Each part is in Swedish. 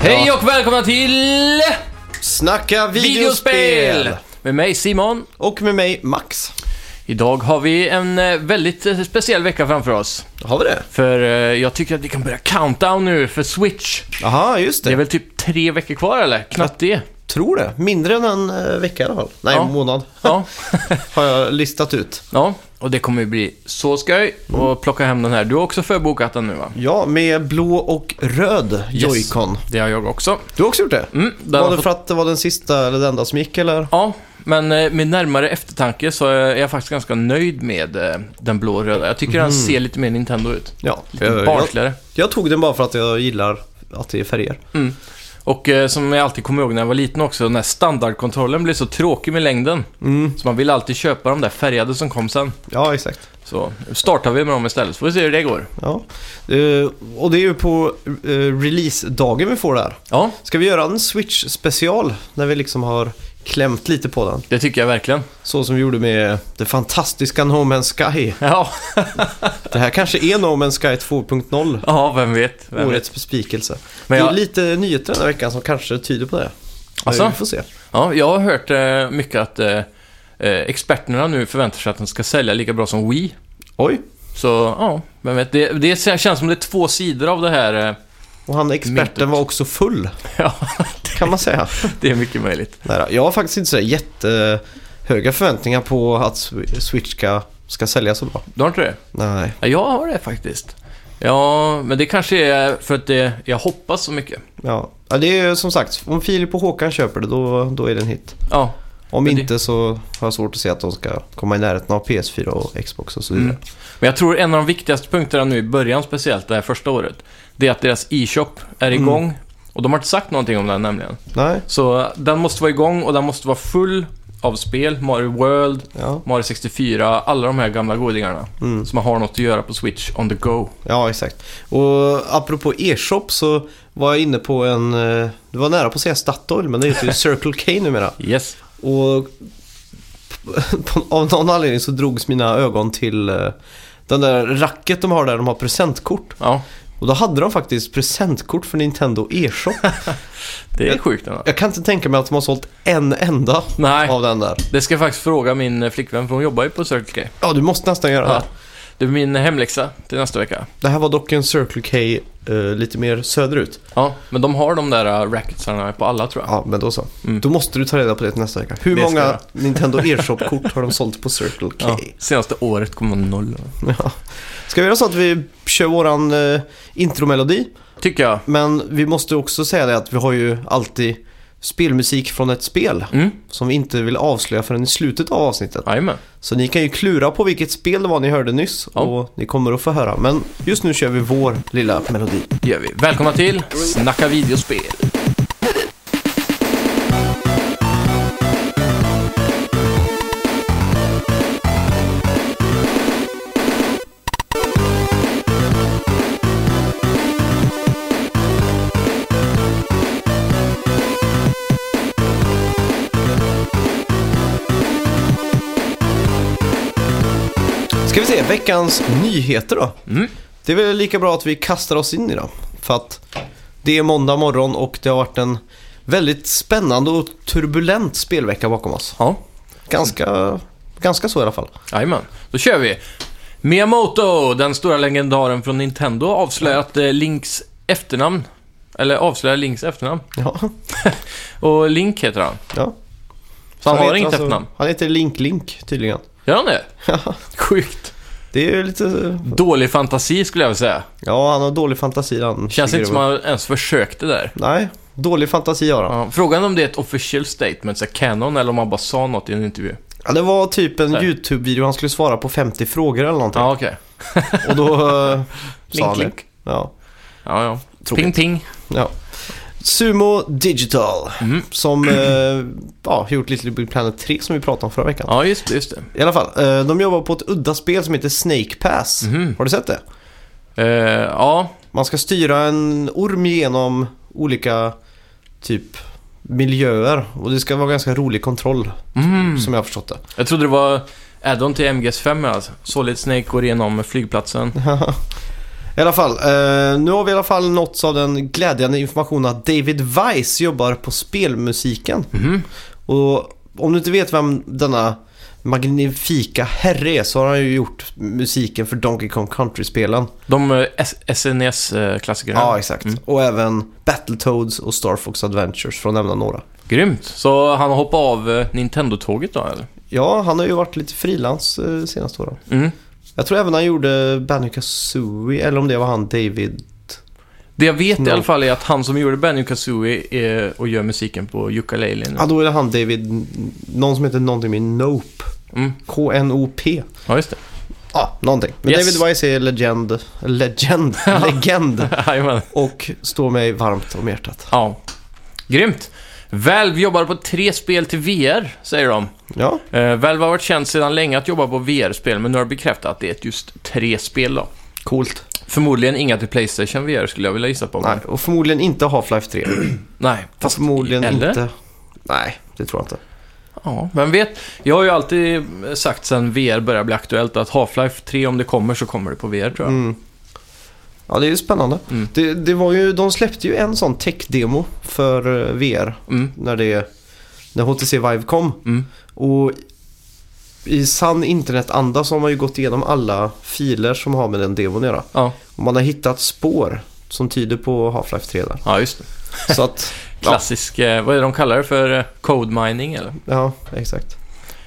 Hej och välkomna till Snacka videospel! videospel! Med mig Simon. Och med mig Max. Idag har vi en eh, väldigt eh, speciell vecka framför oss. Har vi det? För eh, jag tycker att vi kan börja countdown nu för Switch. Jaha, just det. Det är väl typ tre veckor kvar eller? Knappt det. Tror det. Mindre än en eh, vecka i alla fall. Nej, Ja. en månad Ja. har jag listat ut. ja, och det kommer ju bli så skoj att plocka hem den här. Du har också förbokat den nu va? Ja, med blå och röd Joy-Con. Det har jag också. Du har också gjort det? Mm, den har Var det fått- för att det var den sista eller den enda som gick eller? Ja, men eh, med närmare eftertanke så är jag faktiskt ganska nöjd med eh, den blå och röda. Jag tycker den ser lite mer Nintendo ut. Mhm. Ja, Lite barnsligare. jag tog den bara för att jag gillar att det är färger. Och eh, som jag alltid kommer ihåg när jag var liten också, när standardkontrollen blev så tråkig med längden. Så man ville alltid köpa de där färgade som kom sen. Ja, exakt. Så startar vi med dem istället, så får vi se hur det går. Ja. Eh, och det är ju på uh, release-dagen vi får det här. Ja, Ska vi göra en Switch-special när vi liksom har klämt lite på den? det tycker jag verkligen. Så som vi gjorde med det fantastiska No Man's Sky. Ja, Det här kanske är No Man's Sky 2.0. ja vem vet. Vem vet. Årets bespikelse. Men Det är jag, lite nyheter den här veckan som kanske tyder på det. Alltså? Ja, vi får se. ja, jag har hört eh, mycket att eh, eh, experterna nu förväntar sig att den ska sälja lika bra som Wii. Oj, Så ja, vem vet. Det, det känns som det är två sidor av det här. eh. och han experten Myntet. var också full Ja, kan man säga. det är mycket möjligt. Nära. Jag har faktiskt inte så jättehöga förväntningar på att Sw- Switch ska, ska sälja så bra. Du har inte det? Nej. Ja, jag har det faktiskt. Ja, men det kanske är för att det, jag hoppas så mycket. Ja. ja, det är ju som sagt, om Filip och Håkan köper det då, då är det en hit. Ja, Om Men det- inte så har jag svårt att se att de ska komma i närheten av PS4 och Xbox och så vidare. Mm. men jag tror en av de viktigaste punkterna nu i början, speciellt det här första året, det är att deras e-shop är igång. Och de har inte sagt någonting om den nämligen. Nej, Så eh, den måste vara igång och den måste vara full av spel. Mario World, ja. Mario 64, alla de här gamla godingarna. Mm. Så man har något att göra på Switch on the go. ja, exakt. Och apropå e-shop så var jag inne på en... eh, Det var nära på att säga Statoil, men det heter ju Circle K numera. Yes. Och på, av någon anledning så drogs mina ögon till eh, den där racket de har där de har presentkort. Ja, Och då hade de faktiskt presentkort för Nintendo e-shop. det är Jag- sjukt ändå. Jag kan inte tänka mig att de har sålt en enda Nej, av den där. det ska jag faktiskt fråga min eh, flickvän, för hon jobbar ju på Circle K. Ja, du måste nästan göra det. Ja. Det är min hemläxa till nästa vecka. Det här var dock en Circle K eh, lite mer söderut. Ja, men de har de där äh, racketsarna på alla tror jag. Ja, men då så. Mm. Då måste du ta reda på det till nästa vecka. Hur Det ska många Nintendo e-shop-kort har de sålt på Circle K? Ja, senaste året kommer man noll. Ja. Ska vi göra så att vi kör våran eh, intromelodi? Tycker jag. Men vi måste också säga det att vi har ju alltid spelmusik från ett spel Mm, som vi inte vill avslöja förrän i slutet av avsnittet. jajamän. Så ni kan ju klura på vilket spel det var ni hörde nyss Ja. och ni kommer att få höra. Men just nu kör vi vår lilla melodi. Det gör vi. Välkomna till Snacka videospel. Ska vi se, veckans nyheter då. Mm. Det är väl lika bra att vi kastar oss in i det. För att det är måndag morgon och det har varit en väldigt spännande och turbulent spelvecka bakom oss. Ja, Ganska, ganska så i alla fall. jajamän. Då kör vi. Miyamoto, den stora legendaren från Nintendo, har avslöjat eh, Links efternamn. Eller avslöjar Links efternamn. Ja, Och Link heter han. ja. Så han, har heter inget alltså- efternamn. Han heter Link Link tydligen. Gör han det? Sjukt. Det är ju lite... Dålig fantasi skulle jag vilja säga. Ja, han har dålig fantasi han. Känns inte Shigeru. som han ens försökte där. Nej, dålig fantasi har han. Ja, frågan om det är ett official statement, så här canon, eller om han bara sa något i en intervju. Ja, det var typ en Nej. YouTube-video han skulle svara på 50 frågor eller någonting. Ja, okej. Och då eh, sa Link, han det. link. Ja, Ja, ja. tråkigt. Ping, ping. Ja. Sumo Digital, Mm. som eh, ja, gjort Little Big Planet 3 som vi pratade om förra veckan. Ja, just det. Just det. I alla fall, eh, de jobbar på ett udda spel som heter Snake Pass. Mhm. Har du sett det? Eh, ja, Man ska styra en orm genom olika typ miljöer och det ska vara ganska rolig kontroll Mm. som jag har förstått det. jag trodde det var add-on till MGS5 alltså. Solid Snake går igenom flygplatsen. I alla fall, eh, nu har vi i alla fall nåtts av den glädjande informationen att David Weiss jobbar på spelmusiken. Mhm. Och om du inte vet vem denna magnifika herre är så har han ju gjort musiken för Donkey Kong Country-spelen. De eh, S- eh, Mm. SNES-klassikerna. Ja, exakt. Och även Battletoads och Star Fox Adventures för att nämna några. Grymt. Så han hoppar av eh, Nintendo-tåget då, eller? Ja, han har ju varit lite frilans eh, senaste åren. Mm. Jag tror även han gjorde Banjo Kazooie, eller om det var han David... Det jag vet No. i alla fall är att han som gjorde Benny Kazooie är, och gör musiken på ukulele nu. Ja, då är det han David... Någon som heter någonting med Nope. Mm. K-N-O-P. Ja, just det. Ja, någonting. Men Yes. David Wise är legend, legend, legend Jajamän. och står mig varmt om hjärtat. ja. Grymt. Valve jobbar på tre spel till VR, säger de. Ja, Eh, Valve har varit känt sedan länge att jobba på VR-spel, men nu har det bekräftat att det är just tre spel då. coolt. Förmodligen inga till Playstation VR skulle jag vilja gissa på. men- Nej, och förmodligen inte Half-Life 3. Nej, Fast förmodligen eller? inte... Nej, det tror jag inte. Ja, vem vet? Jag har ju alltid sagt sedan VR börjar bli aktuellt att Half-Life 3, om det kommer så kommer det på VR tror jag. Mm. Ja, det är ju spännande. Mm. Det, det var ju, de släppte ju en sån tech-demo för eh, VR Mm. när, det, när HTC Vive kom. Mm. Och i sann internetanda så har man ju gått igenom alla filer som har med den demon att göra. Ja. Och man har hittat spår som tyder på Half-Life 3 där. ja, just det. Så att, ja, Klassisk, eh, vad är det de kallar det för? eh, Code mining eller? ja, exakt.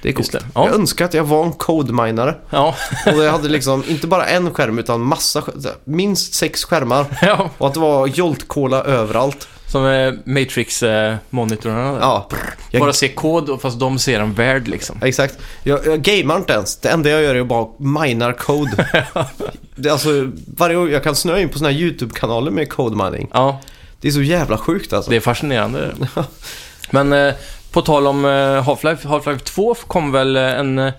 Det är Just coolt. det. Ja. Jag önskar att jag var en code-minare. Ja, Och jag hade liksom inte bara en skärm utan massa, skär- minst sex skärmar. ja. Och att det var Jolt-Cola överallt. som eh, Matrix-monitorerna. Ja, jag- Bara se kod, och- fast de ser en värld liksom. exakt. Jag, jag gamear inte ens. Det enda jag gör är att bara minar code. det, är alltså, varje gång jag kan snöa in på såna här YouTube-kanaler med code mining. Ja, Det är så jävla sjukt alltså. det är fascinerande. Men eh, på tal om eh, Half-Life, Half-Life 2 kom väl eh, en, eh,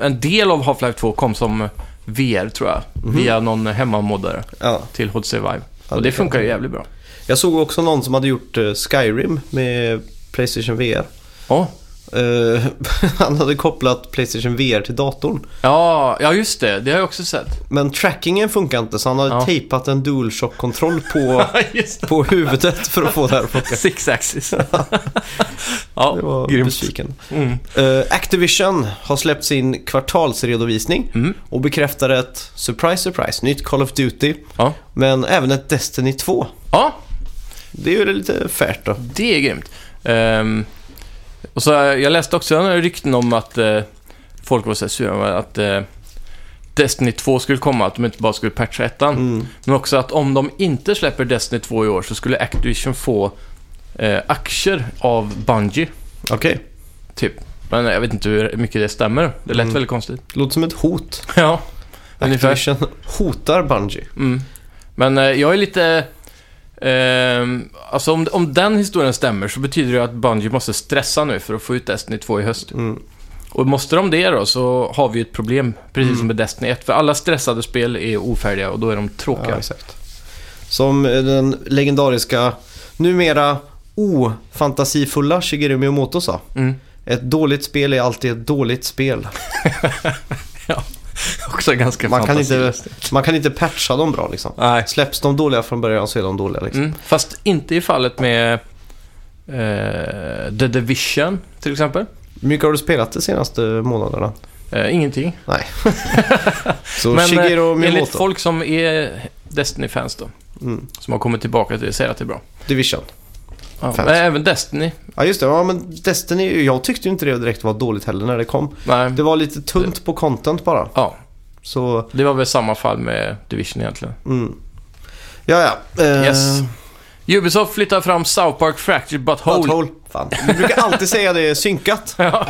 en del av Half-Life 2 kom som eh, VR tror jag, via någon hemmamoddare. Ja. till HTC Vive. Mhm. Ja, och det det är funkar ju jävligt bra. Jag såg också någon som hade gjort eh, Skyrim med Playstation VR. Ja, Eh, han hade kopplat Playstation VR till datorn. ja, ja just det. Det har jag också sett. Men trackingen funkar inte så han hade Ja. tejpat en DualShock-kontroll på, just på huvudet för att få det här att funka. det. Six axis. ja, Det var grymt. besviken. Mm. Eh, Activision har släppt sin kvartalsredovisning Mm. och bekräftar ett, surprise surprise, nytt Call of Duty. Ja. Men även ett Destiny 2. ja, Det är ju lite färt då. det är grymt. Ehm, och så, eh, jag läste också en rykten om att eh, folk var så här sura över att eh, Destiny 2 skulle komma, att de inte bara skulle patcha ettan. Mm. Men också att om de inte släpper Destiny 2 i år så skulle Activision få eh, aktier av Bungie, Okej, typ. Men jag vet inte hur mycket det stämmer. Det lät Mm. väldigt konstigt. låter som ett hot. Ja, ungefär. Activision hotar Bungie. Mm. Men eh, jag är lite... ehm, alltså om, om den historien stämmer så betyder det att Bungie måste stressa nu för att få ut Destiny 2 i höst. Mm. Och måste de det då så har vi ett problem, precis Mm. som med Destiny 1. För alla stressade spel är ofärdiga och då är de Ja, tråkiga. exakt. Som eh, den legendariska, numera ofantasifulla Shigeru Miyamoto sa. Mm. Ett dåligt spel är alltid ett dåligt spel. Också ganska Man kan, inte, fantasilöst. man kan inte patcha dem bra liksom. Nej. Släpps de dåliga från början så är de dåliga liksom. Mm. Fast inte i fallet med eh, The Division, till exempel. Hur mycket har du spelat de senaste månaderna? Eh, ingenting. Så Men Shigeru eh, enligt Miyamoto. folk som är Destiny-fans då, Mm. som har kommit tillbaka till det, säger att det är bra. Division. Ja, Fans. men även Destiny. Ja just det, ja, men Destiny, jag tyckte ju inte det direkt var dåligt heller när det kom. Nej. Det var lite tunt på content bara. Ja, Så, det var väl samma fall med Division egentligen. mm. Ja, ja. Eh, Yes. Ubisoft flyttar fram South Park Fractured Butthole. Hole. Fan. Vi brukar alltid säga det är synkat. Ja,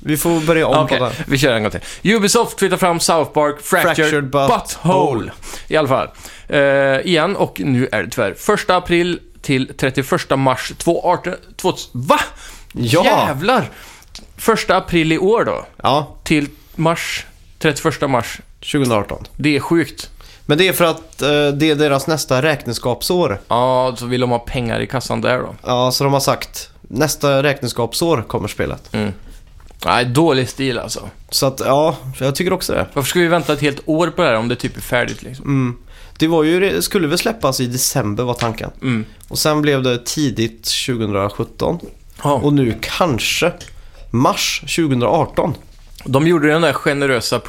Vi får börja om Ah, okej. på det. Vi kör en gång till. Ubisoft flyttar fram South Park Fractured, Fractured But- Butthole. I alla fall. Eh, igen, och nu är det tyvärr 1 april till 31 mars 2018. 2000 Va? Ja. Jävlar! 1 april i år då, Ja, till mars, 31 mars. 2018. Det är sjukt. Men det är för att eh, det är deras nästa räkenskapsår. Ja, så vill de ha pengar i kassan där då. Ja, så de har sagt nästa räkenskapsår kommer spelet. Mm. Nej, dålig stil alltså. Så att, ja, jag tycker också det. Varför ska vi vänta ett helt år på det här om det typ är färdigt liksom? Mm. Det var ju, det skulle väl släppas i december var tanken. Mm. Och sen blev det tidigt 2017. Ja. Och nu kanske mars 2018. De gjorde den där generösa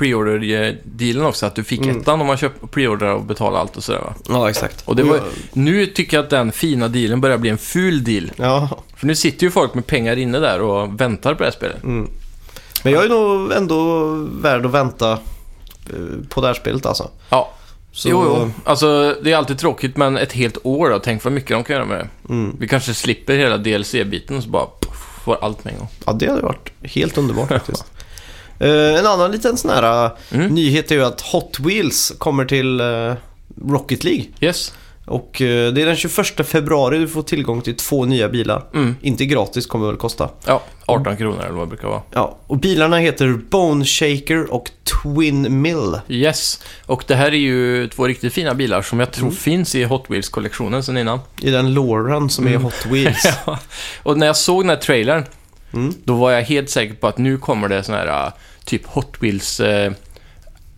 pre-order-dealen också, att du fick Mm. ettan om man köpte pre-order och betalade allt och sådär va? Ja, exakt. Och det var, nu tycker jag att den fina dealen börjar bli en ful deal. Ja, För nu sitter ju folk med pengar inne där och väntar på det här spelet. mm. Men jag är nog ändå värd att vänta eh, på det här spelet alltså. Ja, Så, jo, jo. Alltså, det är alltid tråkigt, men ett helt år då. Tänk vad mycket de kan göra med det. Mm. Vi kanske slipper hela DLC-biten och så bara puff, får allt med en gång. Ja, det hade varit helt underbart faktiskt. Eh, en annan liten sån här eh, Mm. nyhet är ju att Hot Wheels kommer till eh, Rocket League. Yes. Och eh, det är den 21 februari du får tillgång till två nya bilar. Mm. Inte gratis kommer det väl kosta. Ja, Mm. 18 kronor eller vad det brukar vara. Ja, och bilarna heter Bone Shaker och Twin Mill. Yes. Och det här är ju två riktigt fina bilar som jag Mm. tror finns i Hot Wheels-kollektionen sen innan. I den loren som är Hot Wheels. Mm. Ja. och när jag såg den här trailern, Mm. då var jag helt säker på att nu kommer det sån här äh, typ Hot Wheels, äh,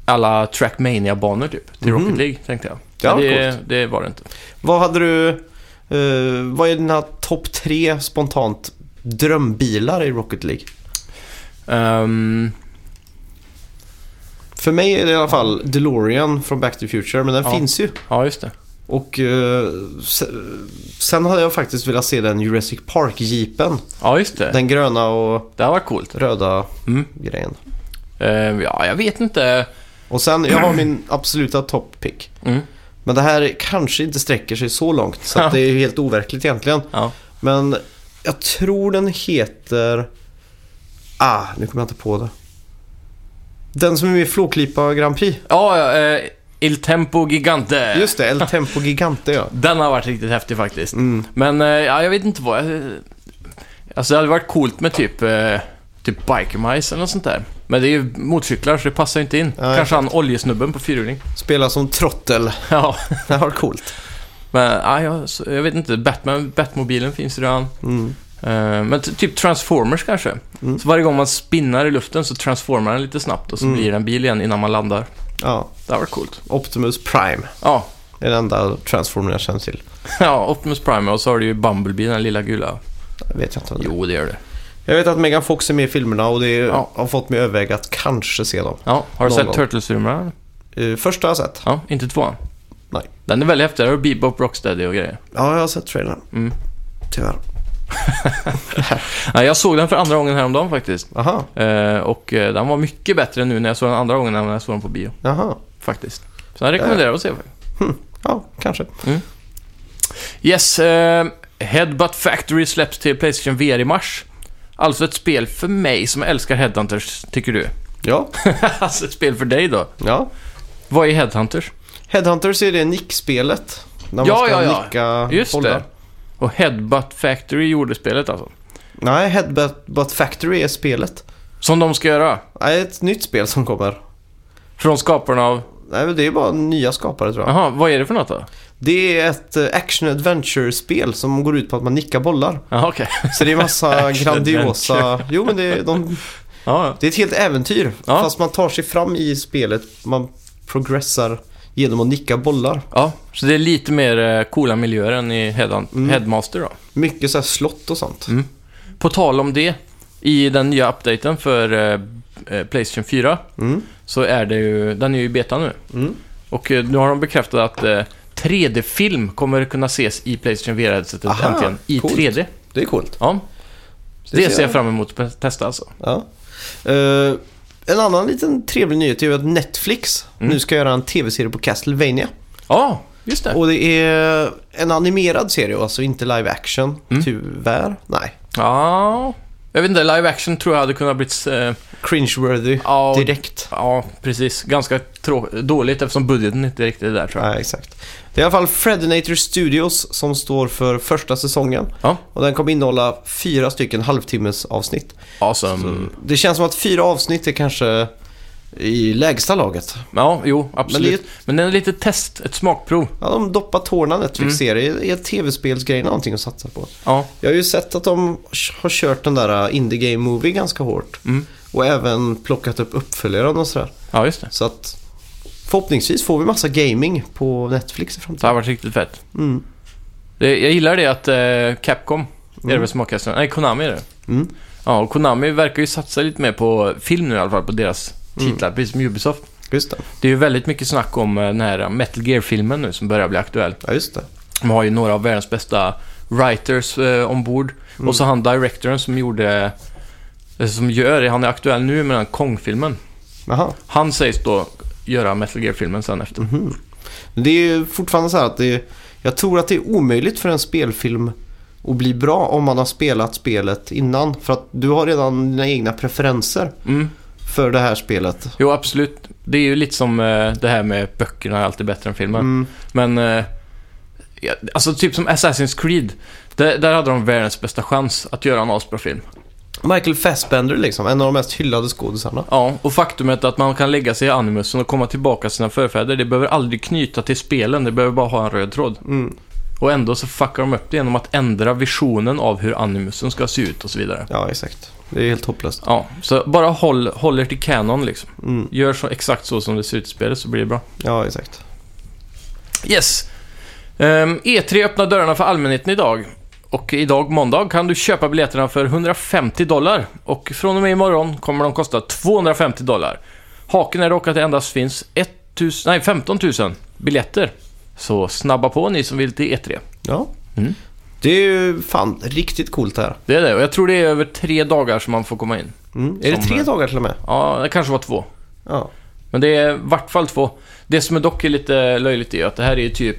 alla Trackmania-banor typ, till Rocket League, tänkte jag. Mm. Ja, Men det, det var det inte. Vad hade du... eh, vad är dina topp tre spontant drömbilar i Rocket League? Ehm, För mig är det i alla fall DeLorean från Back to the Future, men den Ja. finns ju. ja, just det. Och eh, se, sen hade jag faktiskt velat se den Jurassic Park-jeepen. Ja, just det. Den gröna och Det här var coolt. röda Mm. grejen. Ehm, ja, jag vet inte. Och sen, jag har min absoluta topp-pick. Mm. Men det här kanske inte sträcker sig så långt, så att det är ju helt overkligt egentligen. Ja. Men jag tror den heter... Ah, nu kommer jag inte på det. Den som är med i Flåklipa Grand Prix. Ja, ja, eh, Il Tempo Gigante. Just det, El Tempo Gigante ja. Den har varit riktigt häftig faktiskt. Mm. Men eh, ja, jag vet inte vad jag... Alltså det hade varit coolt med typ, eh, typ bikermice eller något sånt där. Men det är ju motorcyklar så det passar ju inte in. Ja, Kanske han oljesnubben på fyrhjuling. Spela som Trottel. ja, Det var coolt. men ja, jag, så- jag vet inte. Batman, Batmobilen finns ju redan. Mm. Eh, men t- typ Transformers kanske. Mm. Så varje gång man spinnar i luften så transformar den lite snabbt och så Mm. blir det en bil igen innan man landar. Ja, Det hade varit coolt. Optimus Prime Ja, är den enda transformer jag känner till. ja Optimus Prime och så har du ju Bumblebee, den lilla gula. Jag vet inte vad det är. Jo, det gör det. Jag vet att Megan Fox är med i filmerna och det är, Ja. har fått mig att överväga att kanske se dem. Ja, har du Någon sett gång. Turtles-filmerna? Eh, första har jag sett. Ja, inte tvåan. Nej. Den är väldigt häftig. Där har du Bebop, Rocksteady och grejer. Ja, jag har sett trailern. Mm. Tyvärr. Ja, jag såg den för andra gången häromdagen faktiskt. Aha, Eh, och eh, den var mycket bättre nu när jag såg den andra gången än när jag såg den på bio. aha. Faktiskt. Så den rekommenderar jag att se. faktiskt. Ja, kanske. Yes, eh, Headbutt Factory släpps till Playstation VR i mars. Alltså ett spel för mig som älskar Headhunters, tycker du? Ja, alltså ett spel för dig då. ja. Vad är Headhunters? Headhunters är det nickspelet. När man Ja, ska ja, ja. nicka Just bollar. det. Och Headbutt Factory gjorde spelet alltså. Nej, Headbutt Factory är spelet. Som de ska göra. Nej, ett nytt spel som kommer. Från skaparna av... Nej, men det är bara nya skapare tror jag. Jaha, vad är det för något då? Det är ett eh, action-adventure-spel som går ut på att man nickar bollar. Jaha, okej. Så det är massa grandiosa... Jo, men det är, de, Ja, ja. det är ett helt äventyr. Ja. Fast man tar sig fram i spelet. Man progressar genom att nicka bollar. ja, så det är lite mer eh, coola miljöer än i Headhun- Mm. Headmaster då. Mycket så här slott och sånt. Mm. På tal om det, i den nya updaten för eh, eh, Playstation 4 Mm. så är det ju, den är ju i beta nu. Mm. Och eh, nu har de bekräftat att eh, 3D-film kommer kunna ses i Playstation VR-headsetet Aha, äntligen. I coolt. 3D. Det är coolt. Ja, det, ser jag fram fram emot att testa alltså. Ja. Eh, en annan liten trevlig nyhet är ju att Netflix Mm. nu ska göra en tv-serie på Castlevania. Ja, just det. Och det är en animerad serie, alltså inte live action, Mm. tyvärr. Nej. Ja, jag vet inte, live action tror jag hade kunnat blivit... Eh, Cringeworthy ja, direkt. ja, precis. Ganska trå- dåligt eftersom budgeten inte riktigt är där tror jag. Nej, exakt. Det är i alla fall Fredinator Studios som står för första säsongen. Ja. Och den kommer innehålla fyra stycken halvtimmes avsnitt. Awesome. Det känns som att fyra avsnitt är kanske i lägsta laget. Ja, jo, absolut. Men, Men den är lite test, ett smakprov. Ja, de doppar tårna Netflix-serier. Mm. Är- Är tv-spelsgrejerna någonting att satsa på? Ja, Jag har ju sett att de har kört den där äh, Indie Game Movie ganska hårt. mm. Och även plockat upp uppföljaren och sådär. ja just det. Så att förhoppningsvis får vi massa gaming på Netflix i Det framtiden. har varit riktigt fett. Mm. Det, jag gillar det att eh, Capcom är det väl som har Nej, Konami är det. Mm. Ja, och Konami verkar ju satsa lite mer på film nu i alla fall, på deras Mm. titlar, precis som Ubisoft. Just det. Det är ju väldigt mycket snack om eh, den här Metal Gear-filmen nu som börjar bli aktuell. Ja, just det. De har ju några av världens bästa writers eh, ombord. Och så han directorn som gjorde, eh, som gör, han är aktuell nu med den här Kong-filmen. Jaha. Han sägs då göra Metal Gear-filmen sen efter. Mhm. Men Det är ju fortfarande så här att det är, jag tror att det är omöjligt för en spelfilm att bli bra om man har spelat spelet innan. För att du har redan dina egna preferenser Mm. för det här spelet. Jo, absolut. Det är ju lite som eh, det här med böckerna är alltid bättre än filmen. Mm. Men, eh, ja, alltså typ som Assassin's Creed. Där, där hade de världens bästa chans att göra en asbra film. Michael Fassbender liksom, en av de mest hyllade skådisarna. Ja, och faktumet att man kan lägga sig i animusen och komma tillbaka till sina förfäder, det behöver aldrig knyta till spelen, det behöver bara ha en röd tråd. Mm. Och ändå så fuckar de upp det genom att ändra visionen av hur animusen ska se ut och så vidare. Ja, exakt. Det är helt hopplöst. Ja, så bara håll, håll er till kanon liksom. Mm. Gör så, exakt så som det ser ut i spelet så blir det bra. Ja, exakt. Yes! Ehm, E3 öppnar dörrarna för allmänheten idag. Och idag, måndag, kan du köpa biljetterna för 150 dollar. Och från och med imorgon kommer de kosta 250 dollar. Haken är dock att det endast finns 1000, nej, 15 000 biljetter. Så snabba på ni som vill till E E3. Ja. Mm. Det är ju fan riktigt coolt det här. Det är det, och jag tror det är över tre dagar som man får komma in. Mm. Är det Som, tre eh, dagar till och med? Ja, det kanske var två. Ja. Men det är i vart fall två. Det som är dock är lite löjligt är ju att det här är ju typ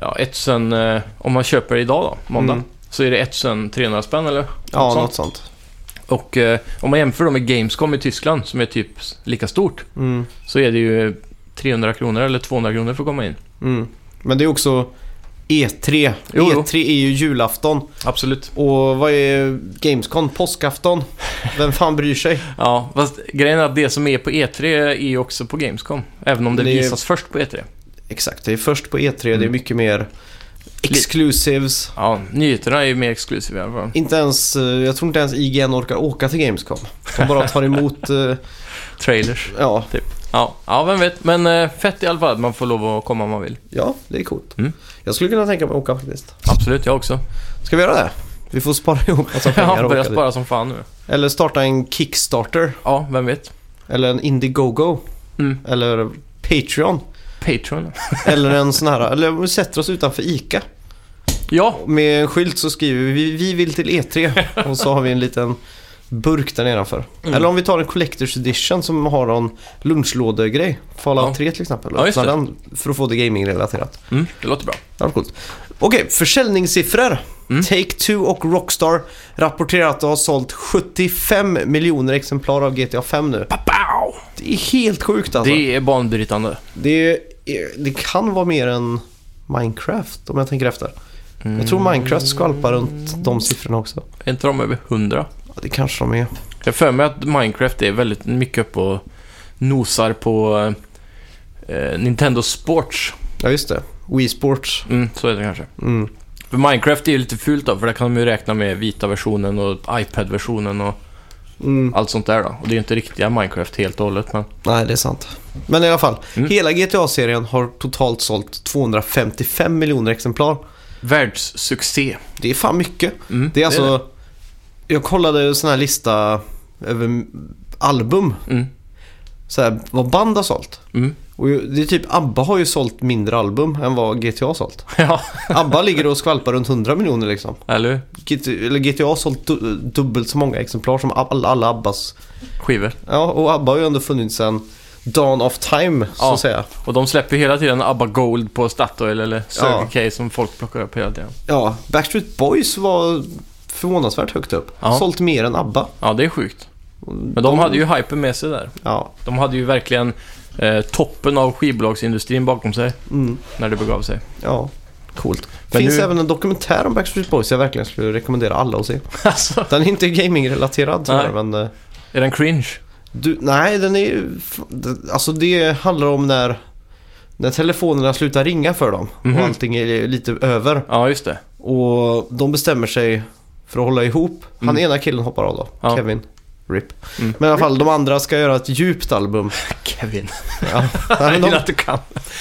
ja, 1000, eh, om man köper det idag då, måndag, Mm. så är det 1300 spänn eller? Ja, sånt. något sånt. Och eh, om man jämför då med Gamescom i Tyskland som är typ lika stort Mm. så är det ju 300 kronor eller 200 kronor för att komma in. Mm. Men det är också E E3. Jo, jo. E3 är ju julafton. Absolut. Och vad är Gamescom? Påskafton? Vem fan bryr sig? Ja, fast grejen är att det som är på E3 är ju också på Gamescom. Även om det, Det är- visas först på E E3. Exakt, det är först på E3. Det är Mm. mycket mer exclusives. Ja, nyheterna är ju mer exklusiva i alla fall. Inte ens, eh, jag tror inte ens IGN orkar åka till Gamescom. De bara tar emot, eh, Trailers. ja, Ja, ja vem vet. Men eh, fett i alla fall att man får lov att komma om man vill. ja, det är coolt. Mm. Jag skulle kunna tänka mig att åka faktiskt. Absolut, jag också. Ska vi göra det? Vi får spara ihop massa Alltså, pengar Jag och börjar åka dit. spara som fan nu. Eller starta en Kickstarter. Ja, vem vet. Eller en Indiegogo. Mm. Eller Patreon. Patreon. Eller en sån här, eller om vi sätter oss utanför ICA. Ja, Med en skylt så skriver vi vi vill till E3 och så har vi en liten burk där nedanför. Mm. Eller om vi tar en Collector's Edition som har någon lunchlådegrej. Fallout Ja. 3 till exempel. Ja, just Öppna det. den för att få det gamingrelaterat. mm, det låter bra. Det var coolt. Okej, försäljningssiffror. Mm. Take-Two och Rockstar rapporterar att de har sålt 75 miljoner exemplar av GTA 5 nu. Pow! Det är helt sjukt alltså. Det är banbrytande. Det, är, det kan vara mer än Minecraft om jag tänker efter. Jag tror Minecraft skvalpar runt de siffrorna också. Är inte de över 100? Ja, det kanske de är. Jag har för mig att Minecraft är väldigt mycket uppe och nosar på eh, Nintendo Sports. Ja, just det. Wii Sports. Mm, så är det kanske. Mm. För Minecraft är ju lite fult då, för där kan de ju räkna med vita versionen och iPad-versionen och Mm. allt sånt där då. Och det är ju inte riktiga Minecraft helt och hållet, men... Nej, det är sant. Men i alla fall. Mm. Hela GTA-serien har totalt sålt 255 miljoner exemplar. Världssuccé. Det är fan mycket. Mm, Det är alltså... Jag kollade en sån här lista över album. det. Mm, Så här, vad band har sålt. mm. Och ju- det är typ ABBA har ju sålt mindre album än vad GTA har sålt. Ja, ABBA ligger och skvalpar runt 100 miljoner liksom. eller hur? GT, eller GTA har sålt du, dubbelt så många exemplar som alla, alla Abbas. Skivor. Ja, och ABBA har ju ändå funnits sedan Dawn of Time, så Ja. att säga. Och de släpper ju hela tiden ABBA Gold på Statoil eller Circle K som folk plockar upp hela tiden. Ja, Backstreet Boys var förvånansvärt högt upp. Ja. Sålt mer än ABBA. Ja, det är sjukt. Men de, hade ju hypen med sig där. Ja, De hade ju verkligen eh, toppen av skivbolagsindustrin bakom sig mm, när det begav sig. ja. Coolt. Men Finns nu- även en dokumentär om Backstreet Boys jag verkligen skulle rekommendera alla att se. alltså, Den är inte gaming-relaterad tyvärr, Nej. men eh, är den cringe? Du, nej, den är ju- f- d- Alltså det handlar om när, när telefonerna slutar ringa för dem Mhm. och allting är lite över. Ja, just det. Och de bestämmer sig för att hålla ihop. Han Mm. ena killen hoppar av då, Ja. Kevin. RIP. Mm. Men i alla fall, de andra ska göra ett djupt album. Kevin. Ja. Jag Nej, men gillar de, att du kan.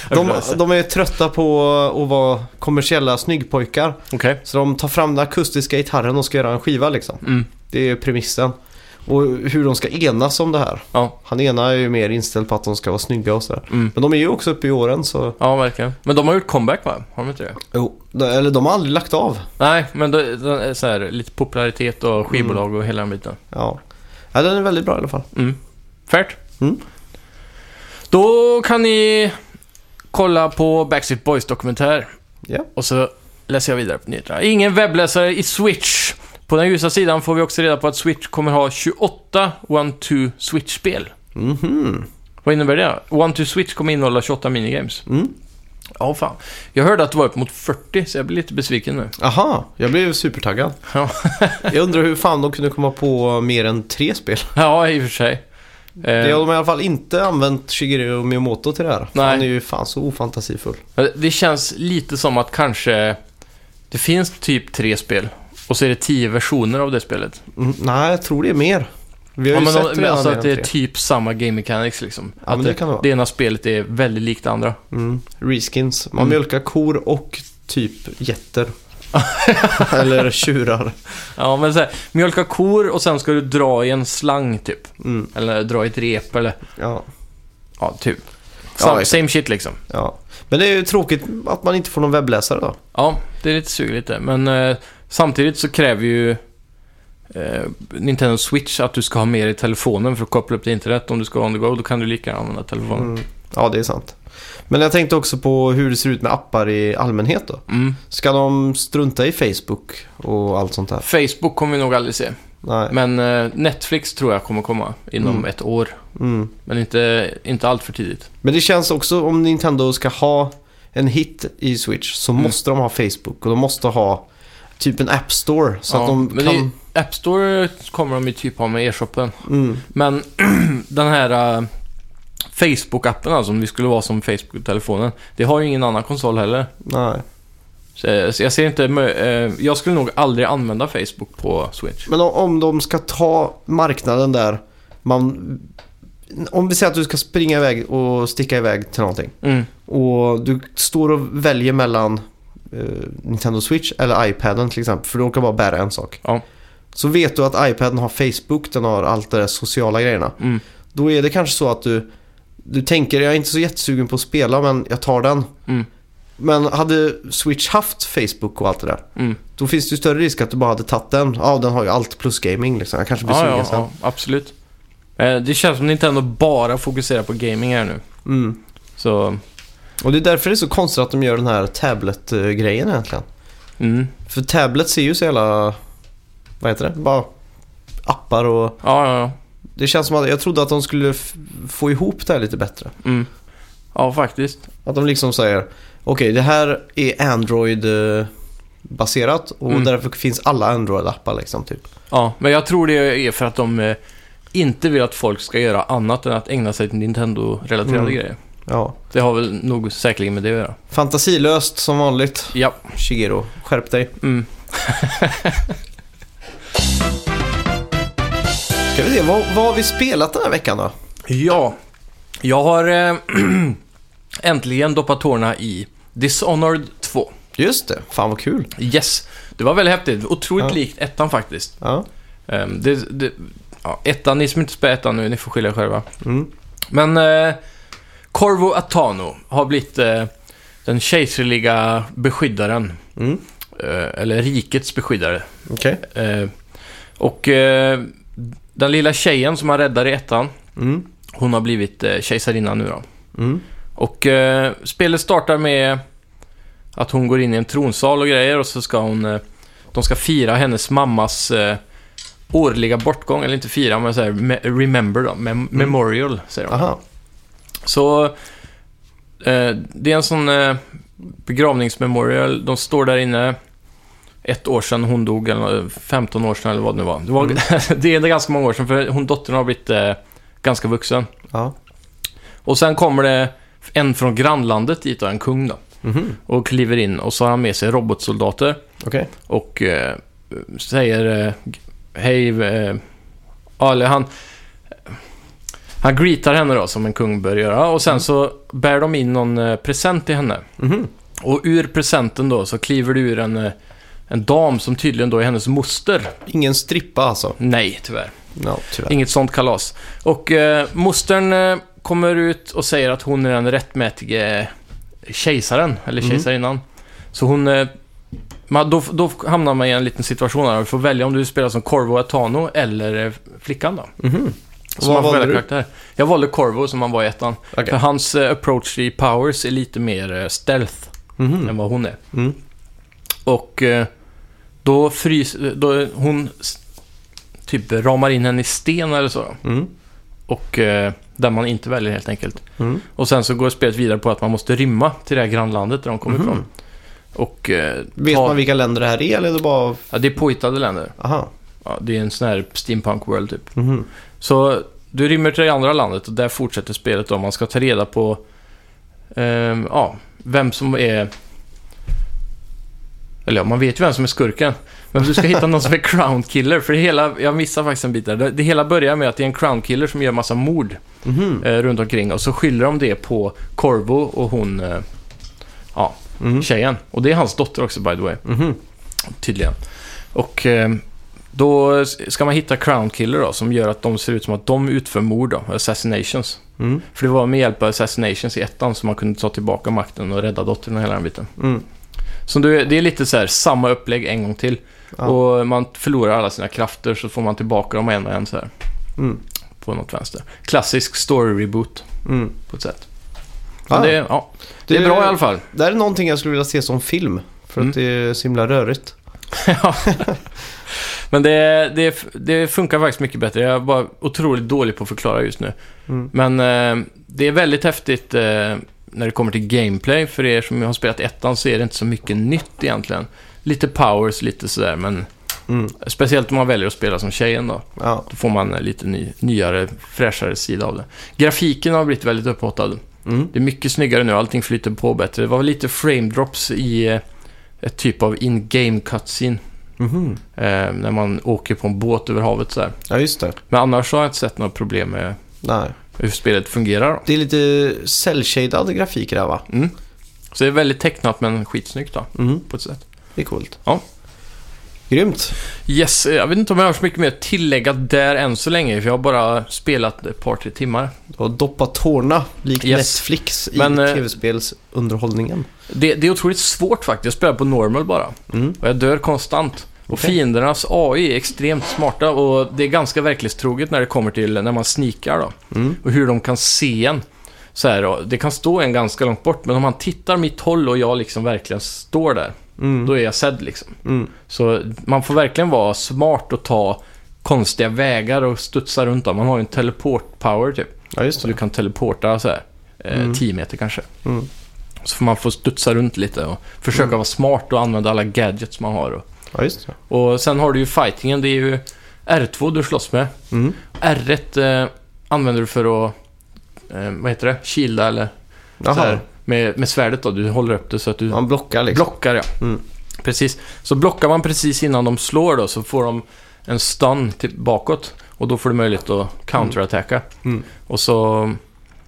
de, Okej. de är trötta på att vara kommersiella snyggpojkar. Så de tar fram den akustiska gitarren och ska göra en skiva liksom. Mm. Det är premissen. Och hur de ska enas om det här. Ja. Han ena är ju mer inställd på att de ska vara snygga och sådär. Mm. Men de är ju också uppe i åren så... Ja, verkligen. Men de har gjort comeback, va? Har de inte det? Jo. de- Eller de har aldrig lagt av. Nej, men det, det är så här, lite popularitet och skivbolag och hela den biten. Ja. ja, den är väldigt bra i alla fall. Mm. Färt. Mm. Då kan ni kolla på Backstreet Boys dokumentär. Ja. Och så läser jag vidare på nyheterna. Ingen webbläsare i Switch. På den ljusa sidan får vi också reda på att Switch kommer ha 28 One-Two Switch-spel. Mhm. Vad innebär det? One-Two Switch kommer innehålla 28 minigames. Mm. Ja, fan. Jag hörde att det var upp mot 40, så jag blir lite besviken nu. Aha, jag blev supertaggad. Ja. jag undrar hur fan de kunde komma på mer än tre spel. Ja, i och för sig. Eh, De har i alla fall inte använt Shigeru Miyamoto till det här. Nej. Han är ju fan så ofantasifull. Det känns lite som att kanske det finns typ tre spel och så är det tio versioner av det spelet. Mm, nej, jag tror det är mer. Vi har Ja, ju men sett de, redan alltså att det är tre. typ samma game mechanics liksom. Ja, men att det kan det vara. det ena spelet är väldigt likt det andra. Mm. Reskins. Man Mm. mjölkar kor och typ getter. Eller tjurar. Ja, men så här, mjölka kor och sen ska du dra i en slang typ. Mm. Eller dra i ett rep eller Ja. ja, typ. Ja, Sam, exakt. same shit liksom. Ja, men det är ju tråkigt att man inte får någon webbläsare då. Ja, det är lite sug lite. Men eh, samtidigt så kräver ju eh, Nintendo Switch att du ska ha med dig telefonen för att koppla upp till internet. Om du ska vara on the go, då kan du lika gärna använda telefonen. Mm. Ja, det är sant. Men jag tänkte också på hur det ser ut med appar i allmänhet då. Mm. Ska de strunta i Facebook och allt sånt där? Facebook kommer vi nog aldrig se. Nej. Men eh, Netflix tror jag kommer komma inom Mm. ett år. Mm. Men inte, inte allt för tidigt. Men det känns också om Nintendo ska ha en hit i Switch så Mm. måste de ha Facebook och de måste ha typ en App Store så Ja, att de men kan... det, App Store kommer de ju typ ha med e-shoppen. Mm. Men den här eh, Facebook-appen alltså, om vi skulle vara som Facebook-telefonen. Det har ju ingen annan konsol heller. Nej. Så, så jag ser inte... mö- eh, Jag skulle nog aldrig använda Facebook på Switch. Men om- om de ska ta marknaden där man... Om vi säger att du ska springa iväg och sticka iväg till någonting. Mm. Och du står och väljer mellan eh, Nintendo Switch eller iPaden till exempel. För du orkar bara bära en sak. Ja. Så vet du att iPaden har Facebook, den har allt det där sociala grejerna. Mm. Då är det kanske så att du, du tänker jag är inte så jättesugen på att spela men jag tar den. Mm. Men hade Switch haft Facebook och allt det där. Mm. Då finns det ju större risk att du bara hade tagit den. Ja, den har ju allt plus gaming liksom. Jag kanske blir Ja, sugen ja, sen. ja, absolut. Eh, Det känns som Nintendo bara fokuserar på gaming här nu. Mm. Så... Och det är därför det är så konstigt att de gör den här tablet-grejen egentligen. Mm. För tablet ser ju så jävla... Vad heter det? Bara appar och... Ja, ja, ja. Det känns som att jag trodde att de skulle f- få ihop det här lite bättre. Mm. Ja, faktiskt. Att de liksom säger okej det här är Android-baserat och Mm. därför finns alla Android-appar liksom typ. Ja, men jag tror det är för att de eh, inte vill att folk ska göra annat än att ägna sig till Nintendo-relaterade Mm. grejer. Ja. Det har väl nog säkerligen med det att göra. Fantasilöst som vanligt. Ja. Shigeru, skärp dig. Mm. Ska vi se, vad, vad har vi spelat den här veckan då? Ja, jag har eh, äntligen doppat tårna i Dishonored 2. Just det, fan vad kul. Yes, det var väldigt häftigt. Otroligt Ja. likt ettan faktiskt. Ja. Ehm, det, det, ja, ettan, ni som inte spelar ettan nu, ni får skylla er själva. Mm. Men eh, Corvo Atano har blivit eh, den kejserliga beskyddaren. Mm. Eh, eller rikets beskyddare. Okej. Eh, och eh, den lilla tjejen som han räddade i ettan, Mm. hon har blivit eh, kejsarinna nu då. Mm. Och eh, spelet startar med att hon går in i en tronsal och grejer och så ska hon... Eh, de ska fira hennes mammas eh, årliga bortgång, eller inte fira, men så här, me- remember då, mem- memorial säger de. Aha. Så eh, det är en sån eh, begravningsmemorial. De står där inne ett år sedan hon dog, eller 15 år sedan eller vad det nu var. Det, var det är ganska många år sedan, för hon dottern har blivit eh, ganska vuxen. Ja. Och sen kommer det en från grannlandet dit då, en kung då. Mhm. Och kliver in och så har han med sig robotsoldater Okej. och eh, säger eh, hej... Eh, ja, eller han... Han greetar henne då, som en kung bör göra. Och sen så bär de in någon eh, present till henne. Mhm. Och ur presenten då så kliver det ur en, eh, en dam som tydligen då är hennes moster. Ingen strippa alltså. Nej, tyvärr. Ja, tyvärr. Inget sånt kalas. Och eh, mostern eh, kommer ut och säger att hon är den rättmätige eh, kejsaren, eller Mm. kejsarinnan. Så hon... Eh, man, då, då hamnar man i en liten situation här. Du får välja om du spelar som Corvo Atano eller eh, flickan då. Mhm. Så Vad man får valde välja du? karaktär. Jag valde Corvo som han var i ettan. För Okej. hans eh, approach i Powers är lite mer eh, stealth Mhm. än vad hon är. Mm. Och eh, då fryser... Då hon s- typ ramar in henne i sten eller så. Mm. Och eh, där man inte väljer helt enkelt. Mm. Och sen så går spelet vidare på att man måste rymma till det här grannlandet där de kommer Mhm. ifrån. Och eh, Vet ta, man vilka länder det här är eller är det bara... ja, det är påhittade länder. Aha. Ja, det är en sån här steampunk world typ. Mhm. Så du rymmer till det andra landet och där fortsätter spelet då. Man ska ta reda på ehm, ja, vem som är... Eller ja, man vet ju vem som är skurken. Men du ska hitta någon som är crown killer. För det hela, jag missar faktiskt en bit där. Det, det hela börjar med att det är en crown killer som gör massa mord. Mhm. eh, runt omkring och så skyller de det på Corvo och hon, eh, ja, Mm. tjejen. Och det är hans dotter också by the way, Mhm. tydligen. Och eh, då ska man hitta Crown Killer då, som gör att de ser ut som att de utför mord då, assassinations. Mm. För det var med hjälp av assassinations i ettan som man kunde ta tillbaka makten och rädda dottern och hela den biten. Mm. Så det är- det är lite så här samma upplägg en gång till. Ja. Och man förlorar alla sina krafter så får man tillbaka dem en och en så här Mm. på något vänster. Klassisk story-reboot Mm. på ett sätt. Men Ah. det, ja, Det är bra i alla fall. Det här är någonting jag skulle vilja se som film. För Mm. att det är så himla rörigt. Ja. Men det, det, det funkar faktiskt mycket bättre. Jag är bara otroligt dålig på att förklara just nu. Mm. Men eh, det är väldigt häftigt eh, när det kommer till gameplay. För er som har spelat ettan så är det inte så mycket nytt egentligen. Lite powers, lite sådär, men Mm. speciellt om man väljer att spela som tjejen då. Ja. Då får man eh, lite ny, nyare, fräschare sida av det. Grafiken har blivit väldigt upphottad. Mm. Det är mycket snyggare nu, allting flyter på bättre. Det var väl lite frame drops i eh, ett typ av in-game cutscene. Mhm. Eh, när man åker på en båt över havet så här. Ja, just det. Men annars har jag inte sett några problem med Nej. hur spelet fungerar. Då. Det är lite cell-shaded grafik där va? Mm. Så det är väldigt tecknat men skitsnyggt då, Mm. på ett sätt. Det är coolt. Ja. Grymt. Yes, eh, jag vet inte om jag har så mycket mer att tillägga där än så länge, för jag har bara spelat ett par, tre timmar. Du har doppat tårna likt Yes. Netflix i Men, eh, tv-spelsunderhållningen. Det, det är otroligt svårt faktiskt, jag spelar på normal bara. Mm. Och jag dör konstant. Och Okej. fiendernas AI är extremt smarta och det är ganska verklighetstroget när det kommer till när man sneakar då. Mm. och hur de kan se en. Så här, och det kan stå en ganska långt bort, men om han tittar mitt håll och jag liksom verkligen står där, Mm. då är jag sedd liksom. Mm. Så man får verkligen vara smart och ta konstiga vägar och studsa runt dem. Man har ju en teleport-power typ, Ja, just så det. du kan teleporta så här, eh, Mm. 10 meter kanske. Mm. Så får man få studsa runt lite och försöka Mm. vara smart och använda alla gadgets man har. Och, Ja, just det. och sen har du ju fightingen, det är ju R2 du slåss med. Mm. R1 eh, använder du för att, eh, vad heter det, kilda eller Jaha. så här, med, med svärdet då. Du håller upp det så att du Man blockar liksom. blockar. Ja. Mm. Precis. Så blockar man precis innan de slår då så får de en stun till, bakåt och då får du möjlighet att counterattacka. Mm. Och så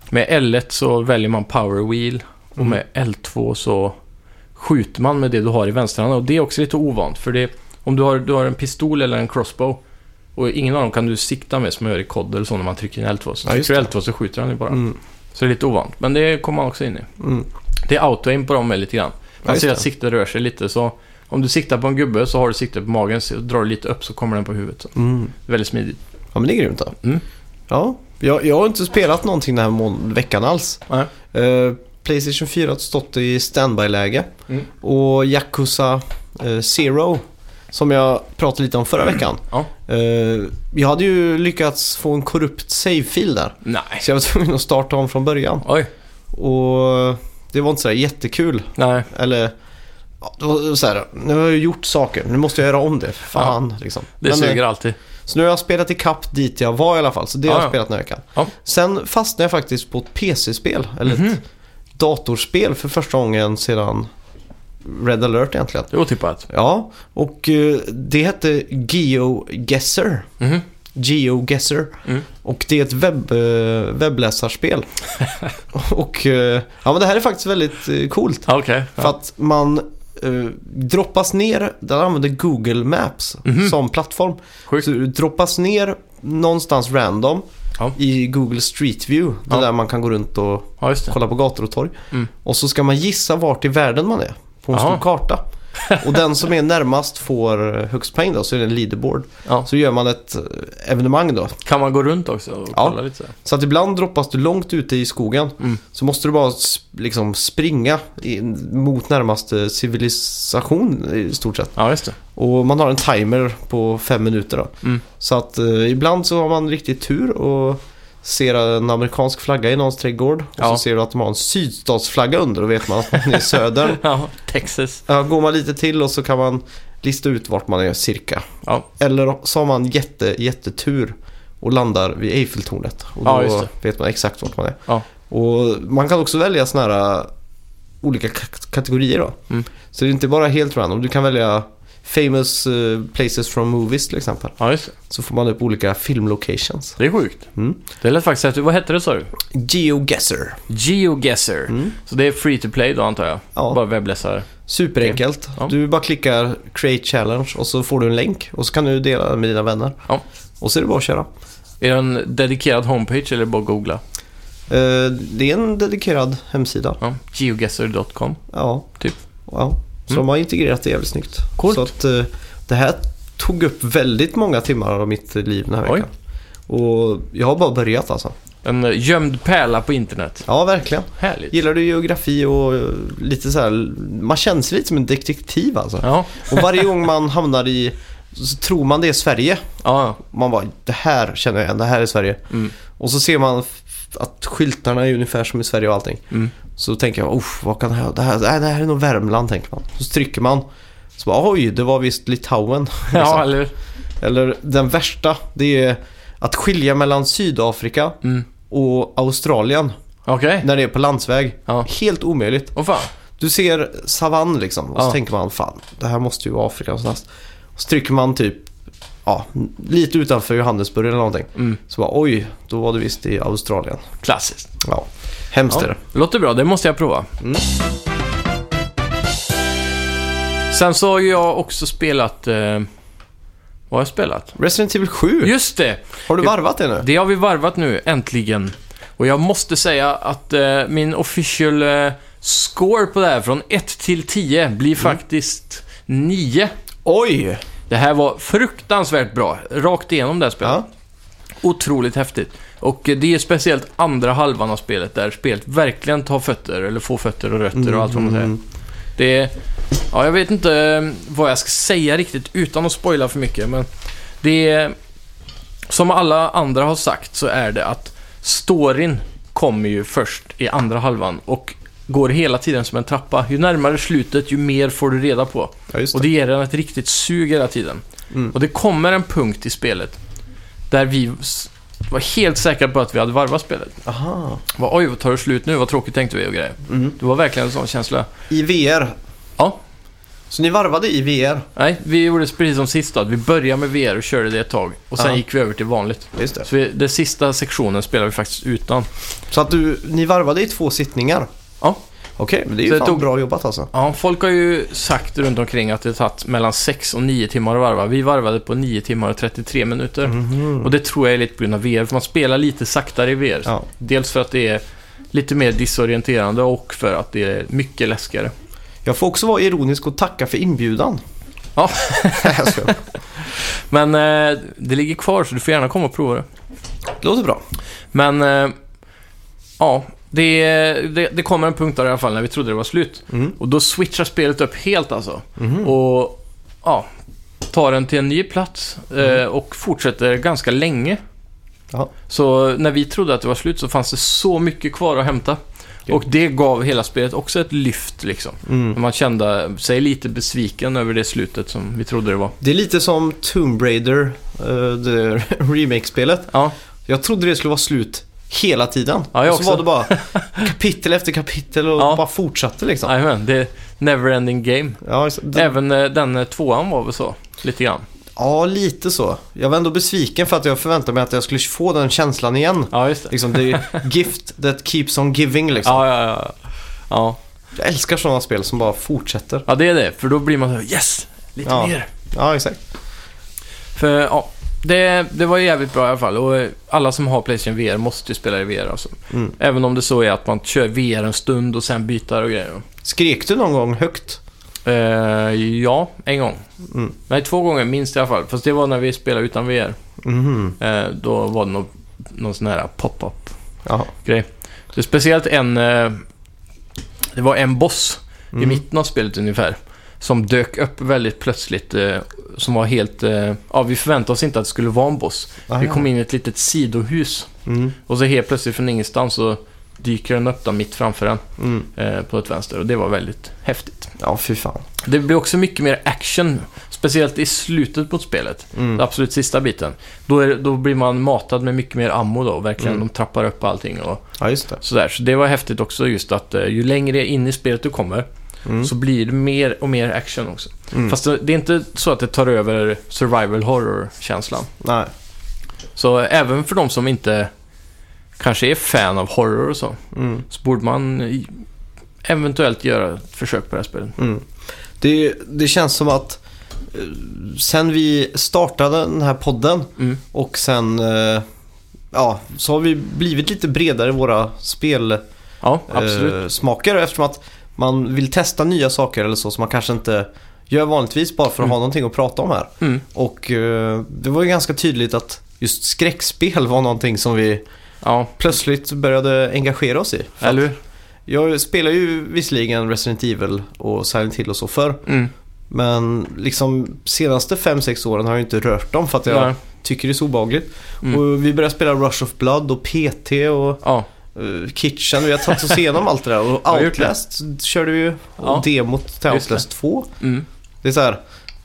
med L1 så väljer man power wheel och Mm. med L2 så skjuter man med det du har i vänsterhanden och det är också lite ovant för det om du har, du har en pistol eller en crossbow och ingen av dem kan du sikta med som man gör i COD eller så när man trycker in L2. Så Ja, just trycker du L2 så skjuter han ju bara. Mm. Så det är lite ovant. Men det kommer man också in i. Mm. Det är auto-aim på dem med lite grann. Alltså, Man just ser det. att siktet rör sig lite så om du siktar på en gubbe så har du siktet på magen, så drar du lite upp så kommer den på huvudet. Så. Mm. Väldigt smidigt. Ja, men det är grymt då. Mm. Ja, jag, jag har inte spelat någonting den här mån- veckan alls. Nej. Eh, Playstation 4 har stått i standby-läge. Mm. Och Yakuza eh, Zero, som jag pratade lite om förra veckan. Mm. Ja. Eh, jag hade ju lyckats få en korrupt save-fil där. Nej. Så jag var tvungen att starta om från början. Oj. Och det var inte sådär jättekul. Nej. Eller, ja, det var såhär, nu har jag gjort saker, nu måste jag göra om det. Fan, liksom. Det Men, eh, suger alltid. Så nu har jag spelat ikapp dit jag var i alla fall. Så det Ja, har jag ja. spelat den här veckan. Ja. Mhm. Sen fastnade jag faktiskt på ett PC-spel. Eller ett datorspel för första gången sedan Red Alert egentligen. Det är otippat. Ja, och eh, det hette GeoGuessr. Mhm. GeoGuessr. Mm. Och det är ett webb, eh, webbläsarspel. och eh, ja, men det här är faktiskt väldigt eh, coolt. Ja, Okej. För Ja. att man eh, droppas ner, där använder Google Maps Mhm. som plattform. Sjukt. Så du droppas ner någonstans random Ja. i Google Street View. Det Ja. där man kan gå runt och ja, just det. kolla på gator och torg. Mm. Och så ska man gissa vart i världen man är på en Jaha. stor karta. Och den som är närmast får eh, högst poäng då, så är det en leaderboard. Ja. Så gör man ett eh, evenemang då. Kan man gå runt också och Ja. kolla lite så? här? Så att ibland droppas du långt ute i skogen. Mm. Så måste du bara s- liksom springa in mot närmaste civilisation i stort sett. Ja, just det. Och man har en timer på fem minuter då. Mm. Så att eh, ibland så har man riktigt tur och ser en amerikansk flagga i någons trädgård. Och Ja. så ser du att de har en sydstatsflagga under och vet man att man är i södern. Ja, Texas. Ja, går man lite till och så kan man lista ut vart man är cirka. Ja. Eller så har man jätte, jättetur och landar vid Eiffeltornet. Och Ja, då just det. vet man exakt vart man är. Ja. Och man kan också välja sådana här äh, olika k- kategorier då. Mm. Så det är inte bara helt random. Du kan välja famous eh, places from movies till exempel. Ja, just det. Så får man upp olika filmlocations. Det är sjukt. Mm. Det lät faktiskt häftigt. Vad hette det sa du? GeoGuessr. GeoGuessr. Mm. Så det är free to play då antar jag? Ja. Bara webbläsare? Superenkelt. Ja. Du bara klickar create challenge och så får du en länk och så kan du dela den med dina vänner. Ja. Och så är det bara att köra. Är det en dedikerad homepage eller bara googla? Eh, Det är en dedikerad hemsida. Ja. Geoguessr.com. Ja. Typ. Mm. Ja. Så de har integrerat det jävligt snyggt. Coolt. Så att eh, det här tog upp väldigt många timmar av mitt liv den här Oj. veckan. Och jag har bara börjat alltså. En eh, gömd pärla på internet. Ja, verkligen. Härligt. Gillar du geografi och eh, lite så här, man känner sig lite som en detektiv alltså. Ja, Och varje gång man hamnar i, så tror man det är Sverige. ja, Man bara, det här känner jag igen, det här är Sverige. Mm. Och så ser man f- att skyltarna är ungefär som i Sverige och allting. Mm. Så tänker jag, "Uff, vad kan det här, det här, nej, det här är nog Värmland tänker man. Så trycker man. Så bara, oj, det var visst Litauen. ja Liksom. eller Eller den värsta, det är att skilja mellan Sydafrika mm. och Australien Okej. när det är på landsväg. Ja. Helt omöjligt. Åh fan. Du ser savann liksom och så Ja. tänker man fan, det här måste ju vara Afrika någonstans. Och så trycker man typ ja, lite utanför Johannesburg eller någonting. Mm. Så bara oj, då var det visst i Australien. Klassiskt. Ja, hemskt är Ja. det. Låter bra, det måste jag prova. Mm. Sen så har ju jag också spelat... Eh, vad har jag spelat? Resident Evil 7, Just det! har du varvat det nu? Det har vi varvat nu, äntligen. Och jag måste säga att eh, min official eh, score på det här, från 1 till 10, blir faktiskt 9. Oj! Det här var fruktansvärt bra, rakt igenom det här spelet. Ja. Otroligt häftigt. Och eh, det är speciellt andra halvan av spelet där spelet verkligen tar fötter, eller får fötter och rötter och allt vad man säger. Det är, ja, jag vet inte eh, vad jag ska säga riktigt utan att spoila för mycket, men det är, som alla andra har sagt så är det att storyn kommer ju först i andra halvan och går hela tiden som en trappa. Ju närmare slutet, ju mer får du reda på. Ja, just Och det. det ger den ett riktigt sug hela tiden. Mm. Och det kommer en punkt i spelet där vi s- var helt säkra på att vi hade varvat spelet. Aha. Var, Oj, vad tar det slut nu? Vad tråkigt tänkte vi och grejer. Mm. Det var verkligen en sån känsla. I VR. Ja. Så ni varvade i VR? Nej, vi gjorde precis som sist då. att Vi började med VR och körde det ett tag. Och sen Ja. gick vi över till vanligt. Just det. Så vi, den sista sektionen spelade vi faktiskt utan. Så att du, ni varvade i två sittningar? Ja. Okej, men det Så är ju det fan tog- bra jobbat alltså. ja, folk har ju sagt runt omkring att det tagit mellan 6 och 9 timmar att varva. Vi varvade på 9 timmar och 33 minuter. Mhm. Och det tror jag är lite på grund av VR, för man spelar lite saktare i VR. Ja. Dels för att det är lite mer disorienterande och för att det är mycket läskigare. Jag får också vara ironisk och tacka för inbjudan. Ja. Jag skojar. Men eh, det ligger kvar så du får gärna komma och prova det. Det låter bra. Men eh, ja, det, det, det kommer en punkt där i alla fall när vi trodde det var slut. Mm. Och då switchar spelet upp helt alltså. Och Mm. ja, tar den till en ny plats eh, och fortsätter ganska länge. Jaha. Så när vi trodde att det var slut så fanns det så mycket kvar att hämta. Okej. Och det gav hela spelet också ett lyft liksom. Mm. Man kände sig lite besviken över det slutet som vi trodde det var. Det är lite som Tomb Raider, eh, det remake-spelet. Ja, Jag trodde det skulle vara slut hela tiden. Ja, jag och så också. var det bara kapitel efter kapitel och Ja. bara fortsatte liksom. jajamän. Det är never-ending game. Ja, så- det- Även eh, den eh, tvåan var väl så, lite grann. ja, lite så. Jag var ändå besviken för att jag förväntade mig att jag skulle få den känslan igen. Ja, just det. Liksom, det är gift that keeps on giving liksom. Ja, ja, ja. Ja, Jag älskar sådana spel som bara fortsätter. ja det är det. För då blir man så här, yes! Lite Ja. mer. Ja, exakt. För, ja. Det, det var jävligt bra i alla fall och eh, alla som har Playstation VR måste ju spela i VR alltså. Mm. Även om det så är att man kör VR en stund och sen byter och grejer. Skrek du någon gång högt? Eh, ja, en gång. Mm. Nej, två gånger minst i alla fall. Fast det var när vi spelade utan VR. Mhm. Eh, då var det nog någon sån här pop-up. Ja. Så speciellt en... Eh, det var en boss Mm. i mitten av spelet ungefär. Som dök upp väldigt plötsligt. Eh, som var helt... Eh, ja, vi förväntade oss inte att det skulle vara en boss. Ah, vi kom in i ett litet sidohus. Mm. Och så helt plötsligt från ingenstans så dyker den upp där mitt framför en. Mm. Eh, på ett vänster. Och det var väldigt häftigt. Ja, fy fan. Det blir också mycket mer action, speciellt i slutet på spelet. Mm. Den absolut sista biten. Då, är, då blir man matad med mycket mer ammo då. Verkligen, Mm. de trappar upp allting och Ja, just det. sådär. Så det var häftigt också just att eh, ju längre in i spelet du kommer Mm. så blir det mer och mer action också. Mm. Fast det, det är inte så att det tar över survival horror-känslan. Nej. Så även för de som inte kanske är fan av horror och så, Mm. så borde man i- eventuellt göra ett försök på det här spelet. Mm. Det, det känns som att eh, sen vi startade den här podden Mm. och sen eh, ja, så har vi blivit lite bredare i våra spelsmaker Ja, absolut. eh, smaker, eftersom att man vill testa nya saker eller så som man kanske inte gör vanligtvis bara för att Mm. ha någonting att prata om här. Mm. Och eh, det var ju ganska tydligt att just skräckspel var någonting som vi Ja, plötsligt började engagera oss i. För att eller hur? Jag spelar ju visserligen Resident Evil och Silent Hill och så förr. Mm. Men liksom senaste 5-6 åren har jag inte rört dem för att jag Ja. tycker det är så obehagligt. Mm. Och vi började spela Rush of Blood och PT och Ja, eh, Kitchen. Vi har tagit oss igenom allt det där. Ja, Och gjort det. Outlast körde vi ju. Ja. Och demot till Just det. Outlast 2. mm. Det är så här.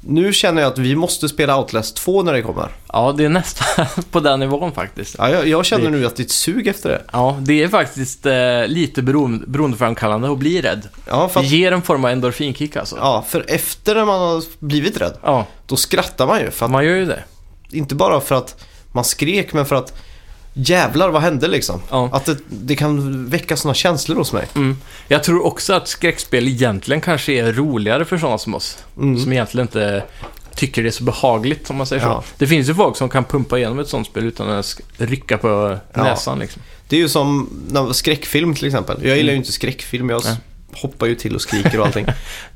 Nu känner jag att vi måste spela Outlast 2 när det kommer. ja, det är nästan på den nivån faktiskt. Ja, jag, jag känner Det- nu att det är ett sug efter det. Ja, det är faktiskt eh, lite beroende, beroendeframkallande att bli rädd. Ja, för, Det att, ger en form av endorfinkick alltså. ja, för efter när man har blivit rädd, Ja, då skrattar man ju. För att man gör ju det. inte bara för att man skrek men för att jävlar vad hände liksom. Ja. Att det, det kan väcka sådana känslor hos mig. Mm. Jag tror också att skräckspel egentligen kanske är roligare för sådana som oss. Mm. Som egentligen inte tycker det är så behagligt, om man säger så. Ja. Det finns ju folk som kan pumpa igenom ett sånt spel utan att ens rycka på Ja. näsan liksom. Det är ju som när, skräckfilm till exempel. Jag gillar ju inte skräckfilm. Jag s- Mm. Nej. hoppar ju till och skriker och allting. men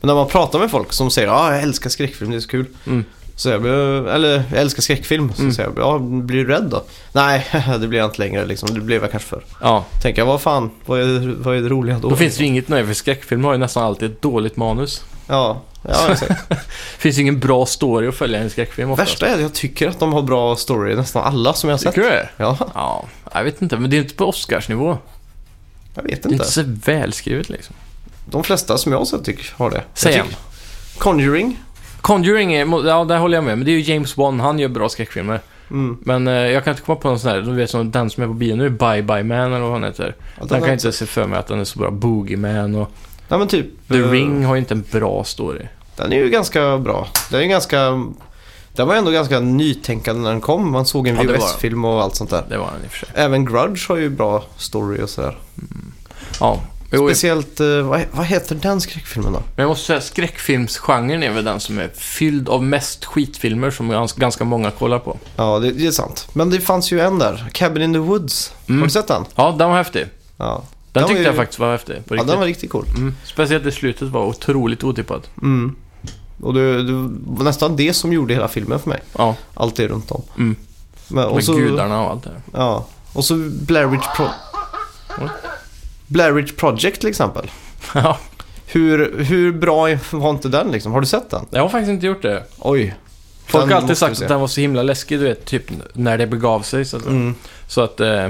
när man pratar med folk som säger ah, jag älskar skräckfilm, det är så kul. Mm. Så jag, blir- eller jag älskar skräckfilm. Så Mm. säger jag, ja, blir du rädd då? Nej, det blir jag inte längre liksom. Det blev jag kanske förr. Ja, Tänker jag, vad fan, vad är, vad är det roliga då? då finns det ju inget nöje för skräckfilm har ju nästan alltid ett dåligt manus. Ja, ja exakt. Det finns ju ingen bra story att följa i en skräckfilm oftast. Värsta är att jag tycker att de har bra story, nästan alla som jag har sett. Tycker du det? Ja, Ja, jag vet inte. Men det är inte på Oscarsnivå. jag vet Det är inte. inte så välskrivet liksom. De flesta som jag har sett tycker har det. Säg Jag en. tycker- Conjuring. Conjuring, är, ja där håller jag med. Men det är ju James Wan, han gör bra skräckfilmer. Mm. Men eh, jag kan inte komma på någon sån här, du vet som den som är på bio nu, Bye Bye Man eller vad han heter. Ja, den Den kan har- jag inte se för mig att den är så bra. Boogeyman och Nej men typ. The eh, Ring har ju inte en bra story. Den är ju ganska bra. Den är ju ganska... Den var ju ändå ganska nytänkande när den kom. Man såg en Ja, det var den. VHS-film och allt sånt där. Det var den i och för sig. Även Grudge har ju bra story och sådär. Ja. Jo, Speciellt, eh, vad, vad heter den skräckfilmen då? men jag måste säga skräckfilmsgenren är väl den som är fylld av mest skitfilmer som gans- ganska många kollar på. Ja, det, det är sant. Men det fanns ju en där. Cabin in the Woods. Mm. Har du sett den? Ja, den var häftig. Ja. Den, var tyckte ju- jag faktiskt var häftig. På Ja, riktigt. den var riktigt cool. Mm. Speciellt i slutet var otroligt otippat. Mm. Och det, det var nästan det som gjorde hela filmen för mig. Ja, Allt det runt om. Mm. Men, och med så- gudarna och allt det där. Ja, och så Blair Witch Pro... Blair Witch Project till exempel. Ja, Hur, hur bra är- var inte den liksom? Har du sett den? jag har faktiskt inte gjort det. Oj. Folk Den har alltid måste vi sagt se. att den var så himla läskig, du vet, typ när det begav sig. Så att, Mm. så att eh,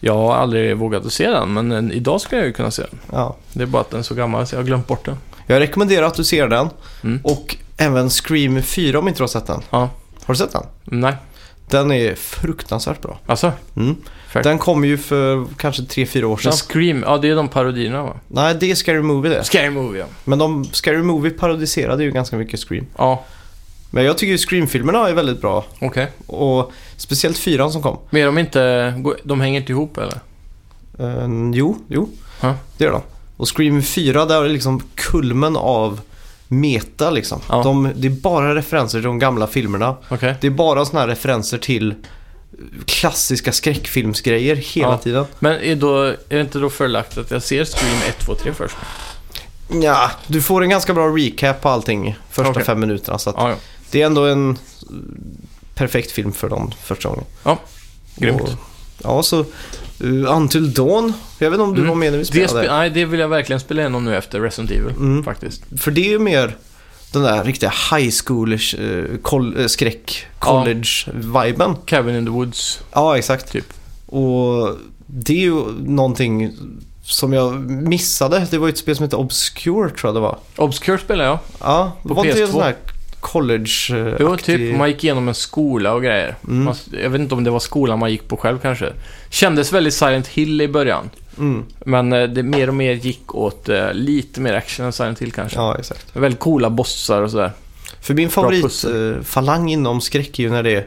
jag har aldrig vågat att se den, men eh, idag skulle jag ju kunna se den. Ja. Det är bara att den är så gammal så jag har glömt bort den. Jag rekommenderar att du ser den. Mm. Och även Scream 4 om inte du har sett den. Ja. Har du sett den? Nej, Den är fruktansvärt bra. alltså. Mm. Fair. Den kom ju för kanske 3-4 år Men sedan. Scream, ja det är de parodierna va? Nej, det är Scary Movie det. Scary Movie ja. Men de, Scary Movie parodiserade ju ganska mycket Scream. Ja, Men jag tycker ju Scream-filmerna är väldigt bra. okej. Och speciellt fyran som kom. Men är de inte, de hänger inte ihop eller? Eh, jo, jo. Ja. Det gör de. Och Scream 4, där är liksom kulmen av meta liksom. Ja. De, det är bara referenser till de gamla filmerna. Okej. Det är bara såna här referenser till klassiska skräckfilmsgrejer hela Ja. tiden. Men är, då, är det inte då förlagt att jag ser Scream 1, 2, 3 först? Ja, du får en ganska bra recap på allting första Okej. fem minuterna. Så att Ja, ja. det är ändå en eh, perfekt film för dem första gången. ja. Grymt. Och, ja, så uh, Until Dawn. Jag vet inte om du Mm. var med när vi det spelade. spe- nej, det vill jag verkligen spela igenom nu efter Resident Evil, Mm. faktiskt. För det är ju mer den där riktiga high school eh, kol- eh, skräck college-viben. Ja. Cabin in the Woods. exakt. Typ. Och det är ju någonting som jag missade. Det var ju ett spel som hette Obscure tror jag det var. Obscure spelar jag. Ja, På var inte det en PS2? sån här college eh, Jo, aktig- typ man gick igenom en skola och grejer. Mm. Man, jag vet inte om det var skolan man gick på själv kanske. Kändes väldigt Silent Hill i början. mm. Men eh, det mer och mer gick åt eh, lite mer action än Silent Hill kanske. Ja, exakt. Väldigt coola bossar och sådär. För min pussel. favoritfalang inom skräck är ju när det är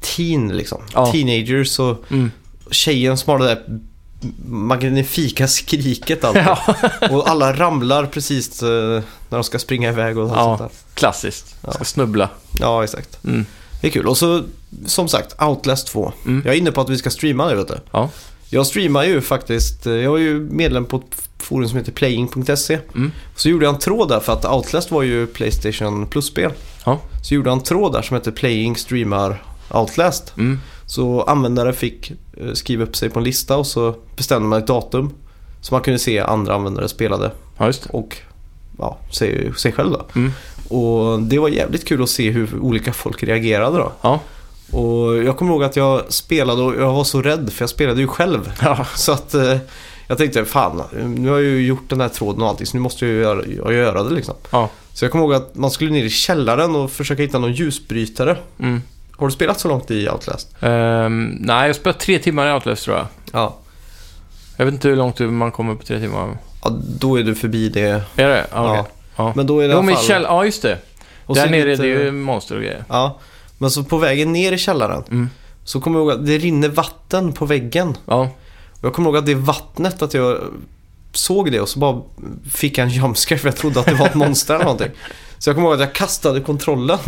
teen liksom. Ja. Teenagers och Mm. tjejen som har det där magnifika skriket alltid. Ja. Och alla ramlar precis eh, när de ska springa iväg och Ja. sånt där. Klassiskt. Ja. Ska snubbla. Ja, exakt. Mm. Det är kul. Och så, som sagt, Outlast 2. Mm. Jag är inne på att vi ska streama det, vet du. Ja. Jag streamar ju faktiskt, eh, jag är ju medlem på ett forum som heter playing.se. Mm. Så gjorde jag en tråd där, för att Outlast var ju Playstation Plus-spel. Ja. Så gjorde jag en tråd där som heter Playing streamar Outlast. Mm. Så användare fick eh, skriva upp sig på en lista och så bestämde man ett datum. Så man kunde se andra användare spelade ja, just det. och ja, se, se själv då. Mm. Och det var jävligt kul att se hur olika folk reagerade då. Ja. Och jag kommer ihåg att jag spelade och jag var så rädd för jag spelade ju själv. Ja. Så att eh, jag tänkte fan, nu har jag ju gjort den här tråden och allting så nu måste jag ju göra, jag göra det liksom. ja. Så jag kommer ihåg att man skulle ner i källaren och försöka hitta någon ljusbrytare. Mm. Har du spelat så långt i Outlast? Ehm, nej, jag spelade tre timmar i Outlast tror jag. Ja. Jag vet inte hur långt man kommer på tre timmar. ja då är du förbi det. Är det? Ja, okej. ja. Men då är det i Jo, alla men fall- käll... Ja, just det. och Där så nere är lite- det ju monster och grejer. Ja, men så på vägen ner i källaren Mm. så kommer jag ihåg att det rinner vatten på väggen. Ja. Och Jag kommer ihåg att det vattnet, att jag såg det och så bara fick jag en jumpscare för jag trodde att det var ett monster eller någonting. Så jag kommer ihåg att jag kastade kontrollen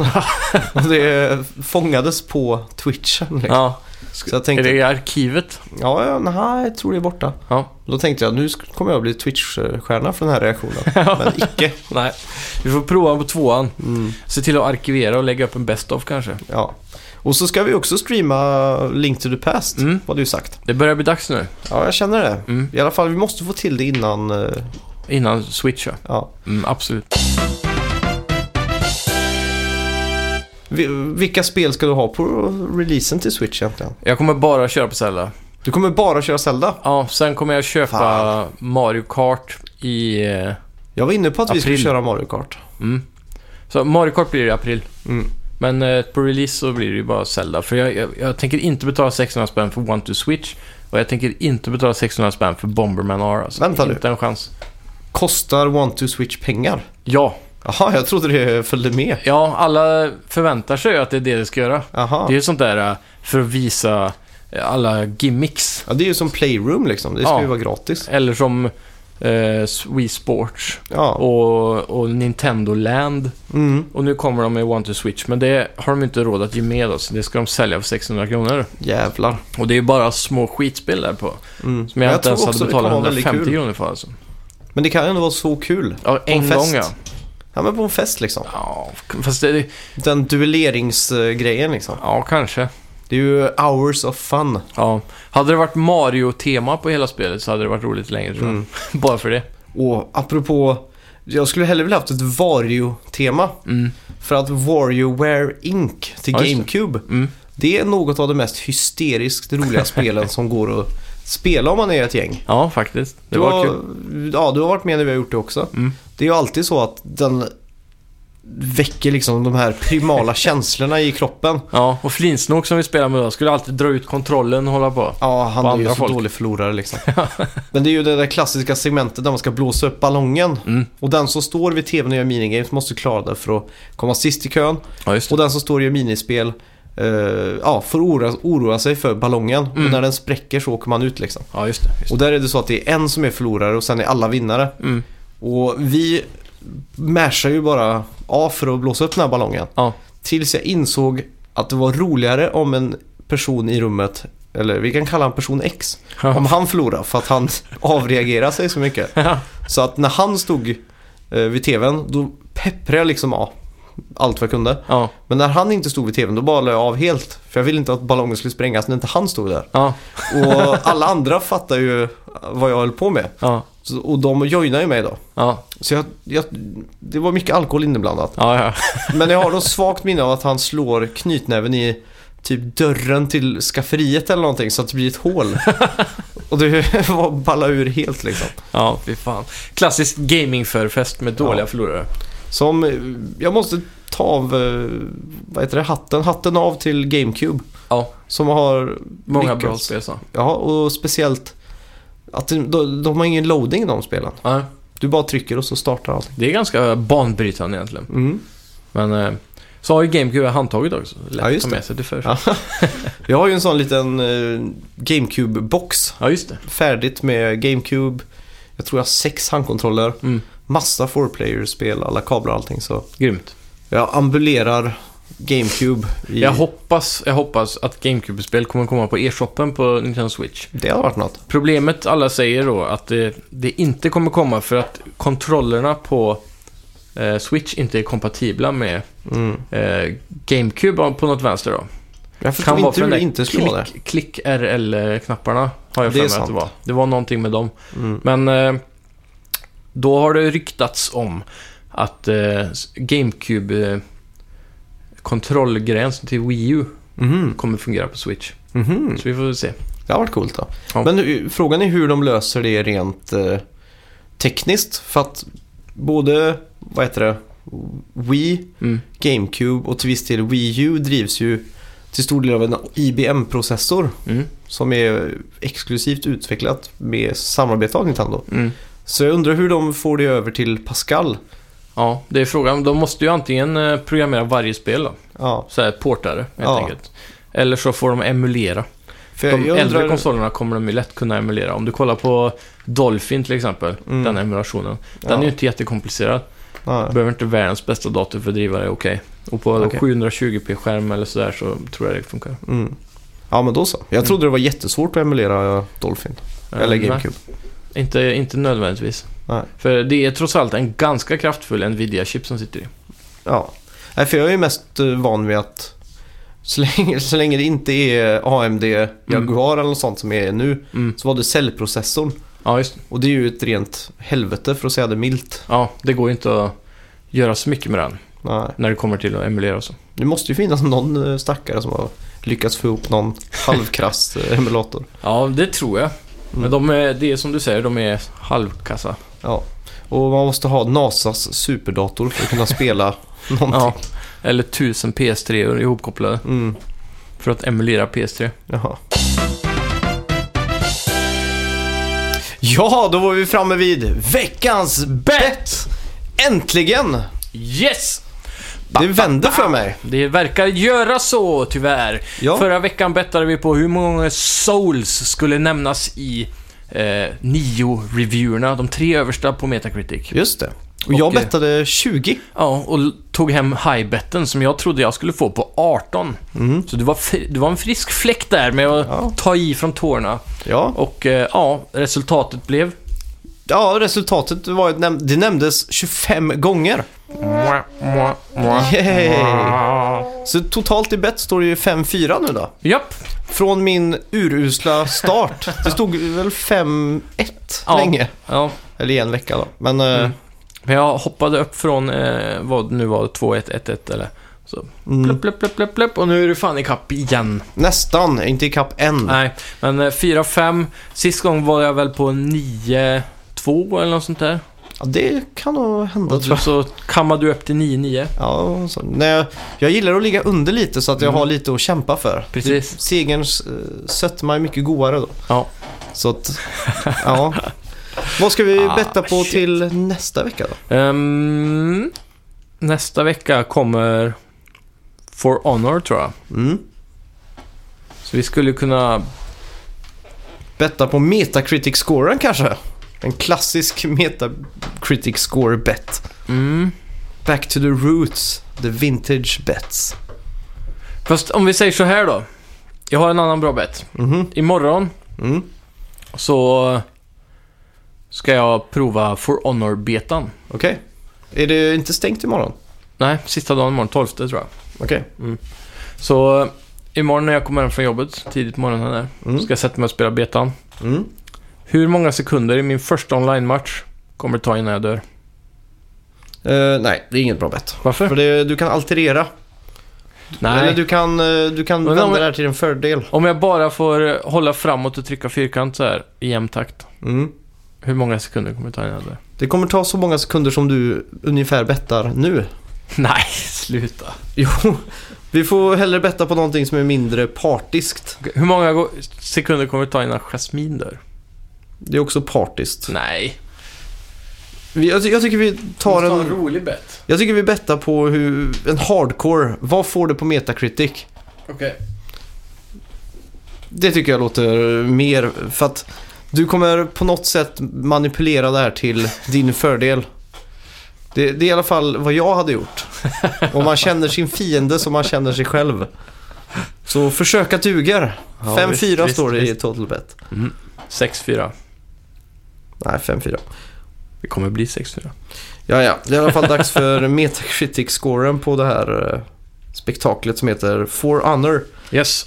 och det fångades på twitchen. Liksom. ja. Så jag Är tänkte, det i arkivet? ja, ja, nej, jag tror det är borta. Ja. Då tänkte jag, nu sk- kommer jag bli Twitch-stjärna för den här reaktionen. Men icke. Nej. Vi får prova på tvåan. Mm, Se till att arkivera och lägga upp en best of kanske. ja. Och så ska vi också streama Link to the Past, Mm. vad du sagt. Det börjar bli dags nu. Ja, jag känner det. Mm. I alla fall, vi måste få till det innan... eh, Innan Switch, ja. Ja. Mm, absolut. Vi- Vilka spel ska du ha på releasen till Switch egentligen? Jag kommer bara köra på Zelda. Du kommer bara köra Zelda. Ja, sen kommer jag köpa Fan. Mario Kart i... eh, Jag var inne på att vi skulle April. köra Mario Kart. Mm. Så Mario Kart blir det i april. Mm. Men eh, på release så blir det ju bara Zelda. För jag, jag, jag tänker inte betala 600 spänn för One to Switch. Och jag tänker inte betala 600 spänn för Bomberman R. Alltså, Vänta nu. Inte en chans. Kostar One to Switch pengar? Ja, Jaha, jag trodde det följde med. ja, alla förväntar sig ju att det är det det ska göra. Jaha. Det är ju sånt där eh, för att visa eh, alla gimmicks. Ja, det är ju som Playroom liksom. Det ska Ja. ju vara gratis. Eller som eh, Wii Sports Ja. och, och Nintendo Land. Mm. Och nu kommer de med One to Switch, men det har de inte råd att ge med oss. Det ska de sälja för 600 kronor. Jävlar. Och det är ju bara små skitspel där på. Mm. Som jag, inte tror ens hade också det betalat kan vara väldigt 150 kul. kronor för alltså. Men det kan ju ändå vara så kul. Ja, en en fest. gång ja. Ja, men på en fest liksom. Ja, fast det, Den duelleringsgrejen liksom. ja kanske. Det är ju hours of fun. Ja. Hade det varit Mario-tema på hela spelet så hade det varit roligt längre tror jag. Mm. Bara för det. Och apropå Jag skulle hellre vilja haft ett Wario-tema. Mm. För att WarioWare Inc till Ja, just det. GameCube, Mm. det är något av de mest hysteriskt roliga spelen som går att spela om man är ett gäng. Ja, faktiskt. Det du, var har, kul. Ja, du har varit med när vi har gjort det också. Mm. Det är ju alltid så att den väcker liksom de här primala känslorna i kroppen. Ja, och Flinsnok som vi spelar med då skulle alltid dra ut kontrollen och hålla på. Ja, han På är ju andra så folk. dålig förlorare liksom. Men det är ju det där klassiska segmentet där man ska blåsa upp ballongen. Mm. Och den som står vid tvn och gör minigames måste klara det för att komma sist i kön. Ja, just Och den som står och gör minispel eh, ja, får oroa, oroa sig för ballongen. Mm. Och när den spräcker så åker man ut liksom. Ja, just det. Just Och där är det så att det är en som är förlorare och sen är alla vinnare. det. Mm. Och vi mashar ju bara av för att blåsa upp den här ballongen. Ja. Tills jag insåg att det var roligare om en person i rummet, eller vi kan kalla han person X, Ja. om han förlorar för att han avreagerar sig så mycket. Så att när han stod eh, vid tvn, då pepprade jag liksom av allt vad jag kunde. Ja. Men när han inte stod vid tvn, då bara la jag av helt. För jag ville inte att ballongen skulle sprängas när inte han stod där. Ja. Och alla andra fattade ju vad jag höll på med. Ja. Så, och de joinade ju mig då. Ja. Så jag, jag, det var mycket alkohol inblandat. Ja, ja. Men jag har då svagt minne av att han slår knytnäven i typ dörren till skafferiet eller någonting så att det blir ett hål. Och det var balla ur helt liksom. Ja, fy fan. Klassiskt gamingförfest med dåliga Ja. förlorare. Som, eh, jag måste ta av, eh, vad heter det, hatten, hatten av till GameCube. Ja. Som har Många lyckats. bra spel så. Ja, och speciellt att de, de, de har ingen loading i de spelen. Ja. Du bara trycker och så startar allting. Det är ganska banbrytande egentligen. Mm. Men eh, så har ju GameCube handtaget också. Lätt Ja, just att ta det. med sig till för. Ja. Jag har ju en sån liten eh, GameCube-box ja, just det. färdigt med GameCube. Jag tror jag har sex handkontroller. Mm. Massa 4-player-spel, alla kablar och allting. Så Grymt. jag ambulerar GameCube. I... Jag hoppas, jag hoppas att GameCube-spel kommer komma på e-shoppen på Nintendo Switch. Det har varit något. Problemet alla säger då att det, det inte kommer komma för att kontrollerna på eh, Switch inte är kompatibla med Mm. eh, GameCube på något vänster då. Jag förstår inte hur det inte skulle vara det. klick, klick RL-knapparna har jag för Det är mig att det sant. var. Det var någonting med dem. Mm. Men eh, då har det ryktats om att eh, GameCube eh, kontrollgränsen till Wii U Mhm. kommer fungera på Switch. Mhm. Så vi får se. Det har varit coolt då. Ja. Men nu, frågan är hur de löser det rent eh, tekniskt. För att både, vad heter det, Wii, Mm. GameCube och till viss del Wii U drivs ju till stor del av en IBM-processor Mm. som är exklusivt utvecklat med samarbete av Nintendo. Mm. Så jag undrar hur de får det över till Pascal. Ja, det är frågan. De måste ju antingen eh, programmera varje spel då. Ja, Så här portare helt Ja. enkelt. Eller så får de emulera. för De jag äldre undrar... konsolerna kommer de ju lätt kunna emulera. Om du kollar på Dolphin till exempel, Mm. den emulationen. Den Ja. är ju inte jättekomplicerad. Ja. Du behöver inte världens bästa dator för att driva det okej. Och på Okej. 720p-skärm eller sådär så tror jag det funkar. Mm. Ja, men då så. Jag trodde det var jättesvårt att emulera Dolphin. Eller Eh, Mm. nej, GameCube. Inte, inte nödvändigtvis. Nej. För det är trots allt en ganska kraftfull Nvidia-chip som sitter i. Ja. Nej, för jag är ju mest eh, van vid att så länge, så länge det inte är AMD Jaguar eller något sånt som är nu Mm. så var det cellprocessorn. Ja, just det. Och det är ju ett rent helvete för att säga det milt. Ja, det går ju inte att göra så mycket med den Nej. när det kommer till att emulera och så. Det måste ju finnas någon eh, stackare som har lyckats få ihop någon halvkrass eh, emulator. Ja, det tror jag. Men Mm. de är, det är som du säger, de är halvkassa. Ja. Och man måste ha NASAs superdator för att kunna spela någonting. Ja. Eller 1000 PS3 -or ihopkopplade Mm. för att emulera PS3. Jaha. Ja, då var vi framme vid veckans bett! Äntligen! Yes! Det vände för mig. Det verkar göra så, tyvärr. Ja. Förra veckan bettade vi på hur många souls skulle nämnas i eh, nio reviewerna, de tre översta på Metacritic. Just det. Och jag Och, eh, bettade 20. Ja, och l- tog hem high-betten som jag trodde jag skulle få på 18. Så du var, fri- du var en frisk fläkt där med att Ja. ta i från tårna. Ja. Och eh, ja, resultatet blev... ja, resultatet var ett näm- det nämndes 25 gånger. Yay! Så totalt i bett står det ju 5-4 nu då. Japp, Från min urusla start. Det stod väl 5-1 Ja. länge. ja. Eller i en vecka då. Men eh, Men jag hoppade upp från eh, vad det nu var, 2-1-1-1 eller så. mm. Plupp, plupp, plupp, plupp, plupp, och nu är du fan i kapp igen. Nästan, inte i kapp än. Nej, men eh, 4-5. Sist gång var jag väl på 9-2 eller något sånt där. Ja, det kan nog hända Och tror jag. så kammade du upp till 9-9. Ja, så, nej, jag- jag gillar att ligga under lite så att jag har lite att kämpa för. Mm. Precis. Det- Segern eh, sötma är mycket godare då. Ja. Så att, ja. Vad ska vi Ah, betta på shit. till nästa vecka då? Ehm, nästa vecka kommer For Honor tror jag. Mm. Så vi skulle kunna... Betta på Metacritic-scoren kanske? En klassisk Metacritic score-bet. Mm. Back to the roots, the vintage bets. Fast om vi säger så här då. Jag har en annan bra bet. Mhm. Imorgon Mm. så ska jag prova For Honor-betan. Okej. Är det inte stängt imorgon? Nej, sista dagen imorgon, 12 tror jag. Okej. Så eh, imorgon när jag kommer hem från jobbet, tidigt på morgonen där, Mm. ska jag sätta mig och spela betan. Mm. Hur många sekunder i min första online-match kommer det ta innan jag dör? Eh, nej, det är inget bra bett. Varför? För det, du kan alterera. Eller Nej. du kan, eh, du kan Men om vända jag- det här till din fördel. Om jag bara får eh, hålla framåt och trycka fyrkant så här i jämn takt. Mm. Hur många sekunder kommer det ta innan jag dör? Det kommer ta så många sekunder som du ungefär bettar nu. Nej, sluta. Jo, vi får hellre betta på någonting som är mindre partiskt. Okej, Hur många go- sekunder kommer det ta innan Jasmine dör? Det är också partiskt. Nej. Vi, jag, ty- jag tycker vi tar en... rolig bet. Jag tycker vi bettar på hur, en hardcore. Vad får du på Metacritic? Okej. Det tycker jag låter mer för att du kommer på något sätt manipulera det här till din fördel. Det, det är i alla fall vad jag hade gjort. Om man känner sin fiende som man känner sig själv. Så försök att duger. Ja, 5-4 visst, står det visst, i total bet. Mm. 6-4. Nej, 5-4. Det kommer bli 6-4. Ja, ja. Det är i alla fall dags för Metacritic-scoren på det här eh, spektaklet som heter For Honor. Yes.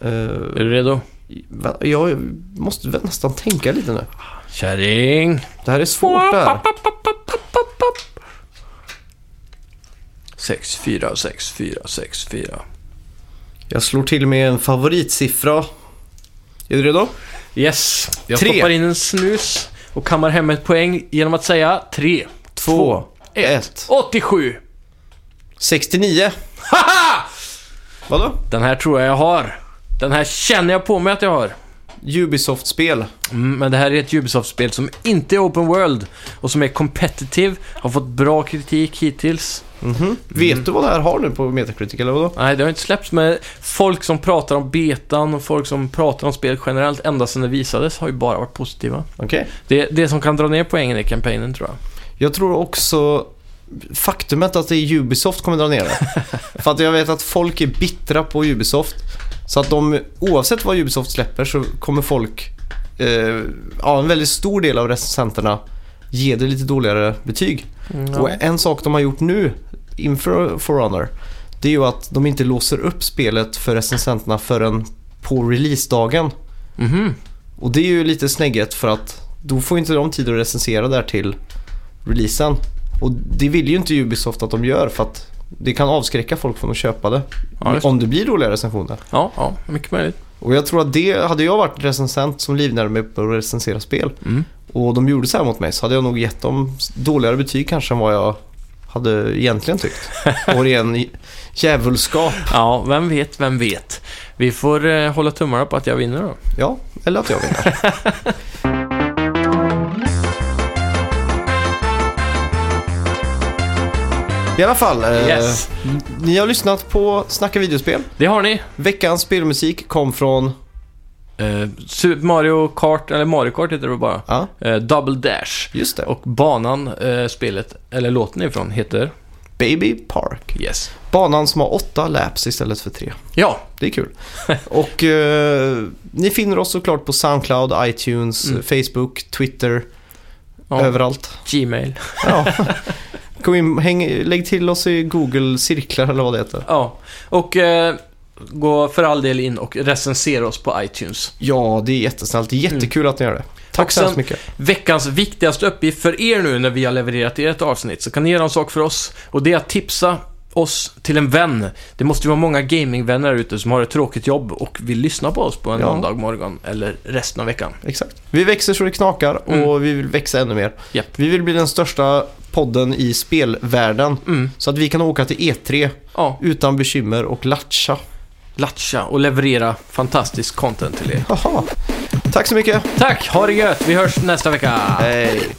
Är Eh, du redo? va- jag måste väl nästan tänka lite nu. Kärring. Det här är svårt det här. 6-4, 6-4, 6-4. Jag slår till med en favoritsiffra. Är du redo? Yes. Jag Tre. stoppar in en snus och kammar hem ett poäng genom att säga 3, 2, 1. 87. 69. Haha! Vadå? Den här tror jag jag har. Den här känner jag på mig att jag har. Ubisoft-spel. Mm, Men det här är ett Ubisoft-spel som inte är open world och som är competitive. Har fått bra kritik hittills. Vet du vad det här har nu på Metacritic eller vadå? Nej, det har inte släppts, men folk som pratar om betan och folk som pratar om spelet generellt ända sedan det visades har ju bara varit positiva. Okej. Det, det som kan dra ner poängen är kampanjen, tror jag. Jag tror också faktumet att det är Ubisoft kommer dra ner det. För att jag vet att folk är bittra på Ubisoft. Så att de, oavsett vad Ubisoft släpper så kommer folk, eh, ja en väldigt stor del av recensenterna ge det lite dåligare betyg. Och en sak de har gjort nu inför For Honor, det är ju att de inte låser upp spelet för recensenterna förrän på releasedagen. Mhm. Och det är ju lite snägget för att då får inte de tid att recensera där till releasen. Och det vill ju inte Ubisoft att de gör för att det kan avskräcka folk från att köpa det. Ja, just det. om det blir dåliga recensioner. Ja, ja, mycket möjligt. Och jag tror att det, hade jag varit recensent som livnärde mig på att recensera spel Mm. och de gjorde så här mot mig så hade jag nog gett dem dåligare betyg kanske än vad jag hade egentligen tyckt. Och ren djävulskap. Ja, vem vet, vem vet. Vi får eh, hålla tummarna på att jag vinner då. Ja, eller att jag vinner. I alla fall, eh, Yes. ni har lyssnat på Snacka videospel. Det har ni. Veckans spelmusik kom från... Eh, Super Mario Kart, eller Mario Kart heter det bara. Ja, Eh, Double Dash. just det. Och Och banan, eh, spelet, eller låten ifrån heter... Baby Park. Yes. Banan som har åtta laps istället för tre. Ja, Det är kul. Och eh, ni finner oss såklart på Soundcloud, iTunes, Mm. Facebook, Twitter, ja. överallt. Gmail. Ja. Kom in, häng, lägg till oss i Google-cirklar eller vad det heter. Ja, och eh, gå för all del in och recensera oss på iTunes. Ja, det är jättesnällt. Det är jättekul att ni gör det. Tack Mm. Och så sen- hemskt mycket. Veckans viktigaste uppgift för er nu när vi har levererat er ett avsnitt, så kan ni göra en sak för oss. Och det är att tipsa oss till en vän. Det måste ju vara många gamingvänner där ute som har ett tråkigt jobb och vill lyssna på oss på en Ja. måndag morgon eller resten av veckan. Exakt. Vi växer så det knakar och Mm. vi vill växa ännu mer. Japp. Vi vill bli den största podden i spelvärlden. Mm. Så att vi kan åka till E3 Ja, utan bekymmer och latcha. latcha och leverera fantastisk content till er. Haha. Tack så mycket. Tack, ha det gött. Vi hörs nästa vecka. Hej.